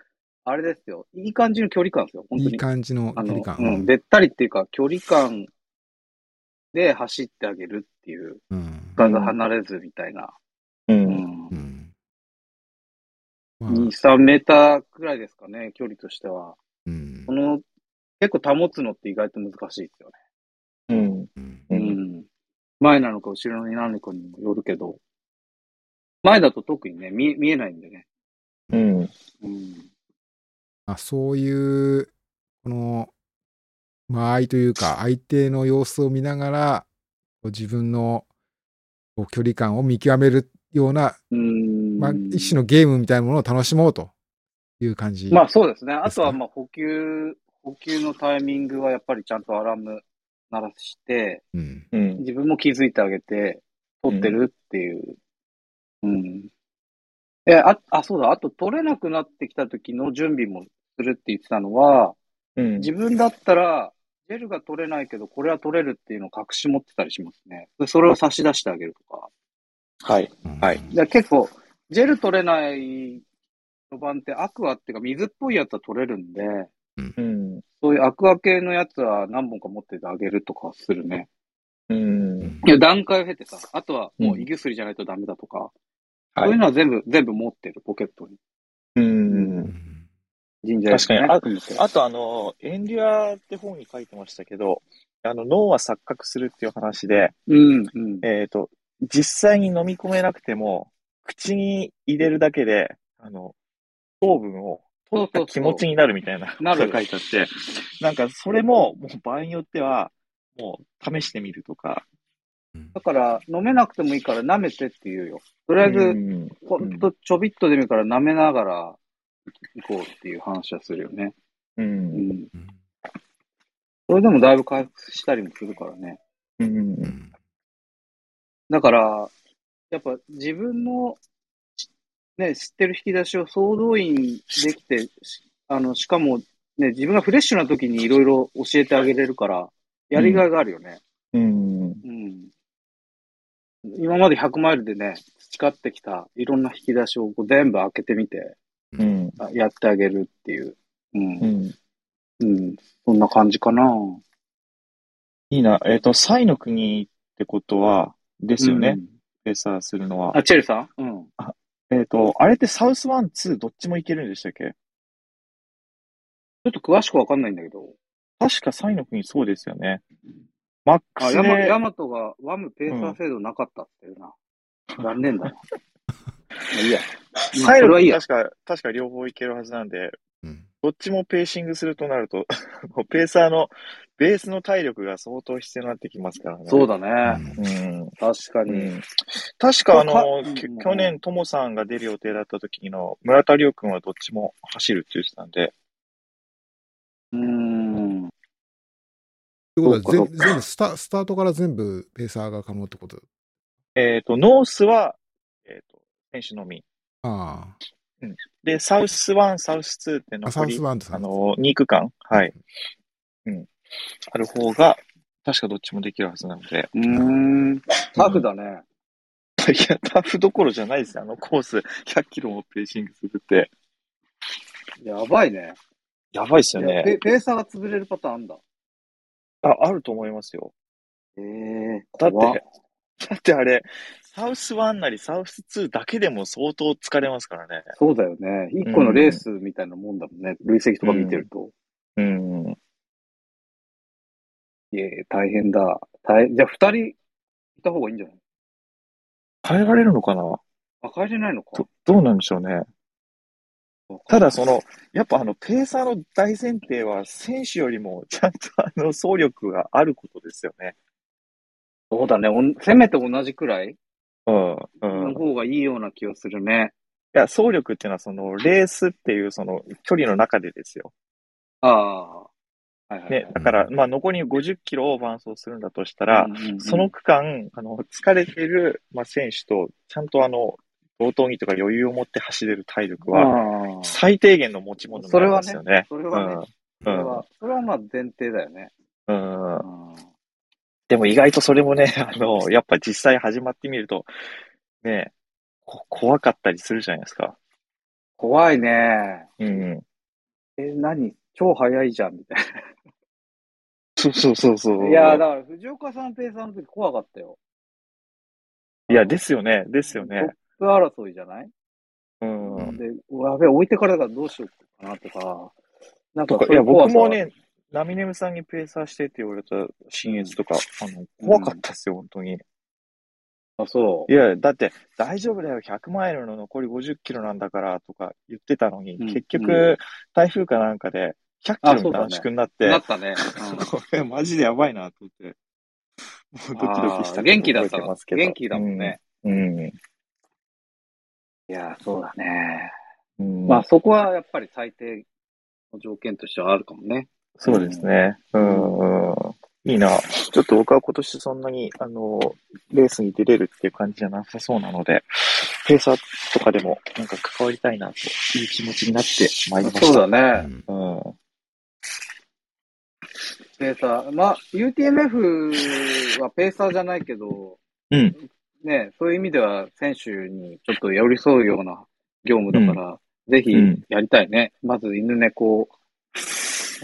B: あれですよ。いい感じの距離感ですよ、本当
C: い
B: に。
C: い感じの距
B: あの
C: 離感。
B: うん、べったりっていうか、距離感で走ってあげるっていう、
C: うん
B: が離れずみたいな。
A: う。
B: うんん
C: う。んまあ
B: 2、3メーターくらいですかね、距離としては。
C: うん
B: この、結構保つのって意外と難しいですよ
A: う
B: ね。
A: ん。
C: うん
A: うん
B: うん。前なのか後ろになるのかにもよるけど、前だと特にね、見え見えないんでね。
A: うん。
B: うん。
C: まあ、そういう、この、間合いというか、相手の様子を見ながら、こう自分のこう距離感を見極めるような、
B: うん。
C: まあ、一種のゲームみたいなものを楽しもうという感じ。
B: まあそうですね。あ
C: です
B: と
C: か
B: はまあ補給、補給のタイミングはやっぱりちゃんとアラーム鳴らして、
C: うん。
A: うん。
B: 自分も気づいてあげて、取ってるっていう。うん。え、あ、あ、そうだ、あと取れなくなってきた時の準備もするって言ってたのは、
A: うん。
B: 自分だったら、ジェルが取れないけど、これは取れるっていうのを隠し持ってたりしますね。でそれを差し出してあげるとか。
A: はい。はい
C: うん
B: で結構、ジェル取れない序盤ってアクアっていうか水っぽいやつは取れるんで、
A: うん。
B: そういうアクア系のやつは何本か持っててあげるとかするね。
A: うん。
B: いや、段階を経てさ、あとはも
A: う
B: うん胃薬じゃないとダメだとか、
A: はい
B: そういうのは全部、全部持ってる、ポケットに。
A: うん。
C: うん
B: ジンジャーエールね、
A: 確
B: 含めて
A: あとあの、エンデュアって本に書いてましたけど、あの、脳は錯覚するっていう話で、
B: うん、うん。
A: えっ、と、実際に飲み込めなくても、口に入れるだけで、あの、糖分を
B: そうそうそう
A: 気持ちになるみたいな
B: なる
A: ことが書いてあって、なんかそれも、もう場合によっては、もう試してみるとか。
C: うん
B: だから、飲めなくてもいいから舐めてって言うよ。とりあえ
A: う
B: ず、
A: ん
B: ほんとちょびっとでもいいから舐めながら行こうっていう話はするよね。
A: う。
B: うんん。
C: うん
B: それでもだいぶ回復したりもするからね。
A: うん
C: う。ん
B: だから、やっぱ自分の、ね、知ってる引き出しを総動員できて、しあの、しかも、ね、自分がフレッシュな時にいろいろ教えてあげれるから、やりがいがあるよね。
A: うん。
B: うん。今まで100マイルでね、培ってきたいろんな引き出しをこう全部開けてみて、
A: うん。
B: あやってあげるっていう。うん。
A: うん。
B: うん。そんな感じかな。
A: いいな。えっと、サイの国ってことは、ですよね。ペーサーするの
B: うん。
A: は。
B: あ、チェルさんうん。
A: えっ、と、あれってサウスワン、ツーどっちもいけるんでしたっけ
B: ちょっと詳しくわかんないんだけど。
A: 確かサイの国そうですよね。マック
B: あ、
A: ス
B: ヤ
A: で、
B: マヤマトがワムペーサー制度なかったっていうな。残念 だな。まあいいや。まあ
A: サイ
B: そ
A: の
B: れはいい
A: 国
B: や。
A: 確か、確か両方いけるはずなんで、
C: うん
A: どっちもペーシングするとなると、 もうペーサーのベースの体力が相当必要になってきますからね。
B: そうだ
C: う
B: ね。
C: ん
A: うん。
B: 確か
A: う
B: に。
A: ん、確かあの
B: これ、か
A: き
B: うん
A: 去年、ともさんが出る予定だった時の村田亮君はどっちも走るって言ってたんで、
B: うーん。
C: ということは
B: そう
C: 全
B: かそうか
C: 全部スタ、スタートから全部ペーサーが可能ってこと
A: えっ、と、ノースは、えっ、と、選手のみ。
C: あ
A: で、サウス1、サウス2って
C: ああ、サ
A: 残
C: ウ
A: り
C: ス、ワンドさん。
A: あの、2区間、はい。うん。ある方が、確かどっちもできるはずなので。
B: うーん。タフだね。
A: いや、タフどころじゃないですよあのコース、100キロもペーシングするって。
B: やばいね。
A: やばいですよ
B: いや
A: ね。
B: ペペーサーが潰れるパターンあんだ。
A: あ、あると思いますよ。
B: ええ
A: だって、
B: 怖
A: だってあれ、サウス1なりサウス2だけでも相当疲れますからね。
B: そうだよね。一個のレースみたいなもんだもんね。累積とか見てると。
A: うん。
B: いえ、大変だ。大変。じゃあ、二人いた方がいいんじゃない
A: 変えられるのかなど
B: あ、帰れないのか。
A: どうなんでしょうね。ただ、その、やっぱあの、ペーサーの大前提は、選手よりも、ちゃんとあの、走力があることですよね。
B: そうだね。おんせめて同じくらい
A: うん、うん。
B: の
A: い
B: 方がいいような気がするね。
A: や、走力っていうのは、その、レースっていう、その、距離の中でですよ。
B: ああ。はいはいはい。
A: ね、だから、まあ、残り50キロを伴走するんだとしたら、
B: うんうんうん
A: その、区間、あの、疲れてる、まあ、選手と、ちゃんとあの、同等にとか余裕を持って走れる体力
B: あ
A: は、
B: あ
A: 最低限の持ち物なんですよね。
B: それはね、それ
A: うん
B: は、それはまあ前提だよね。
A: うん。うん。
B: うん
A: でも意外とそれもね、あの、やっぱ実際始まってみると、ね、こ怖かったりするじゃないですか。
B: 怖いね。
A: うん。
B: え、何超早いじゃん、みたい
A: そうそうそうそう。
B: な。いや、だから藤岡さん、ペイさんの時怖かったよ。
A: いや、ですよね、ですよね。
B: トップ争いじゃない、
A: うん。
B: で、うわやべえ、置いてからだからどうしようかなとか。なん
A: とか、
B: かそう
A: いうや、
B: 怖
A: 僕
B: さ
A: も、ね、ラミネムさんにペーサーしてって言われた新越とか、あの、怖かったですよ、本当に。
B: あ、そ
A: いや、だって、大丈夫だよ、100マイルの残り50キロなんだから、とか言ってたのに、
B: うん
A: 結
B: う
A: 局、台風かなんかで、100キ
B: あ
A: ロ
B: そ
A: の
B: うだね
A: 短縮になっ
B: う。
A: て、
B: なったね。
A: これ マジでやばいな、と思って。 もうドキドキし
B: あー
A: た
B: 元気だった
A: 覚えて
B: わ
A: ますけど
B: 元気だもんね。。
A: うん。う
B: いや、そうだね。
A: ん。
B: まあ、そこはやっぱり最低の条件としてはあるかもね。
A: そうですね。うん。いいな。ちょっと僕は今年そんなに、あの、レースに出れるっていう感じじゃなさそうなので、ペーサーとかでもなんか関わりたいなという気持ちになってまいりました。
B: そうだ
C: う
B: ね。
C: ん
A: うん。は
B: ペーサー。まあ、UTMF はペーサーじゃないけど、
A: うん。
B: ね、そういう意味では選手にちょっと寄り添うような業務だから、ぜひ
A: うん
B: やりたいね。まず犬猫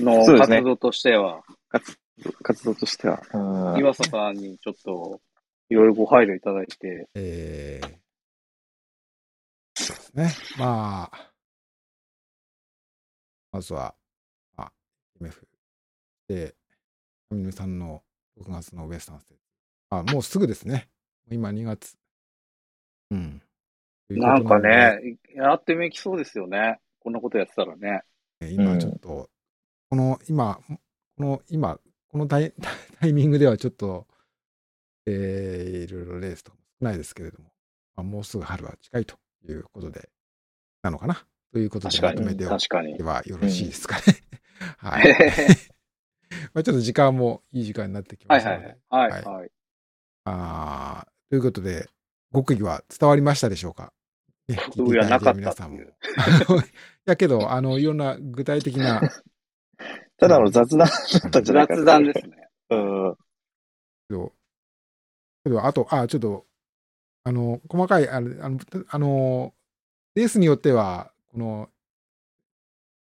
B: の
A: そうですね
B: 活動としては、
A: 活動としては。うん。
B: 岩佐さんにちょっといろいろご配慮いただいて、
C: えー、そうですね。まあ、まずは、まあ、MF で、アミヌさんの6月のウエスタンステージ。あ、もうすぐですね。今2月。うん。
B: なんか
C: ということなので。
B: ね、やってみきそうですよね。こんなことやってた らね。
C: えー今ちょっと、この今、この今、このタイ タイミングではちょっと、えー、いろいろレースとかも少ないですけれども、まあ、もうすぐ春は近いということで、なのかなということで
B: 確
C: ま
B: か
C: とめ
B: に。
C: てお
B: 確かに
C: け。ばよろしいですかね。 はい。まあちょっと時間もいい時間になってき
B: は
C: ま
B: い
C: した
B: は
C: の
B: い
C: で。
B: はい。はい
C: はい
B: はい。
C: あーということで、極意は伝わりましたでしょうかね聞いていただいてる皆さんも。 だけど、あの、いろんな具体的な
A: ただの雑談だったんじゃないかな
B: 雑談ですね。
A: うん。
C: けど、けどあと、あ、ちょっと、あの、細かい、あれあの、あのレースによっては、この、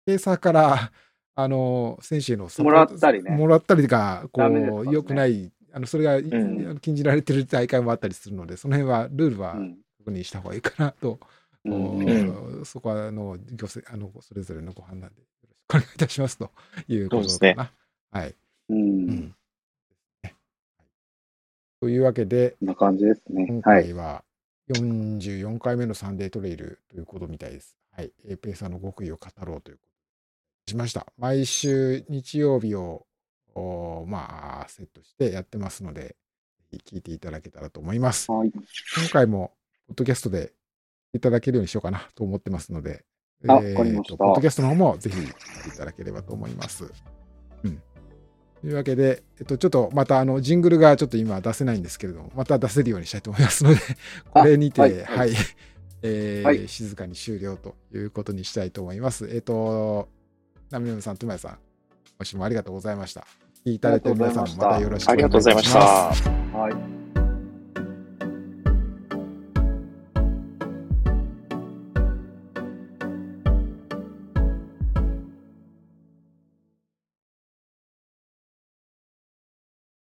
C: ペーサーから、 あの、選手へのサポート
B: もらったりね
C: もらったりが、こ
B: ダメですから
C: う、
B: ね
C: 良くない、あの、それが、
A: ん
C: あの禁じられてる大会もあったりするので、その辺は、ルールは
B: うん
C: 確認した方がいいかなと、
B: うん
A: ん
C: おそこは、あの、行政、あの、それぞれのご判断で、よろしくお願いいたしますということ
A: そう
C: か
A: で
C: な。はい。
B: うん。
C: う
B: こ
C: んというわけで、
B: んな感じですね
C: 今。
B: はい。
C: 回は44回目のサンデートレイルということみたいです。はい。えーペーサーの極意を語ろうということにしました。毎週日曜日を、おーまあ、セットしてやってますので、ぜひ聞いていただけたらと思います。
B: はい。
C: 今回も、ポッドキャストでいただけるようにしようかなと思ってますので、
B: あ
C: ー
B: わかりました
C: ポッドキャストの方もぜひ聞いていただければと思います。うん。というわけで、えっと、ちょっとまた、あの、ジングルがちょっと今出せないんですけれども、また出せるようにしたいと思いま すので、これにて、
B: あ
C: は、
B: はいい
C: えー
B: はい
C: 静かに終了ということにしたいと思います。えっと、ナミナムさん、トマヤさん、今週もありがとうございました。聞いていただいてる皆さんもまたよろしくお
A: あり
C: 願い
A: が
C: い
A: とうご
C: たし
A: ざい
C: ま
A: まし
C: す。
A: た。
B: はい。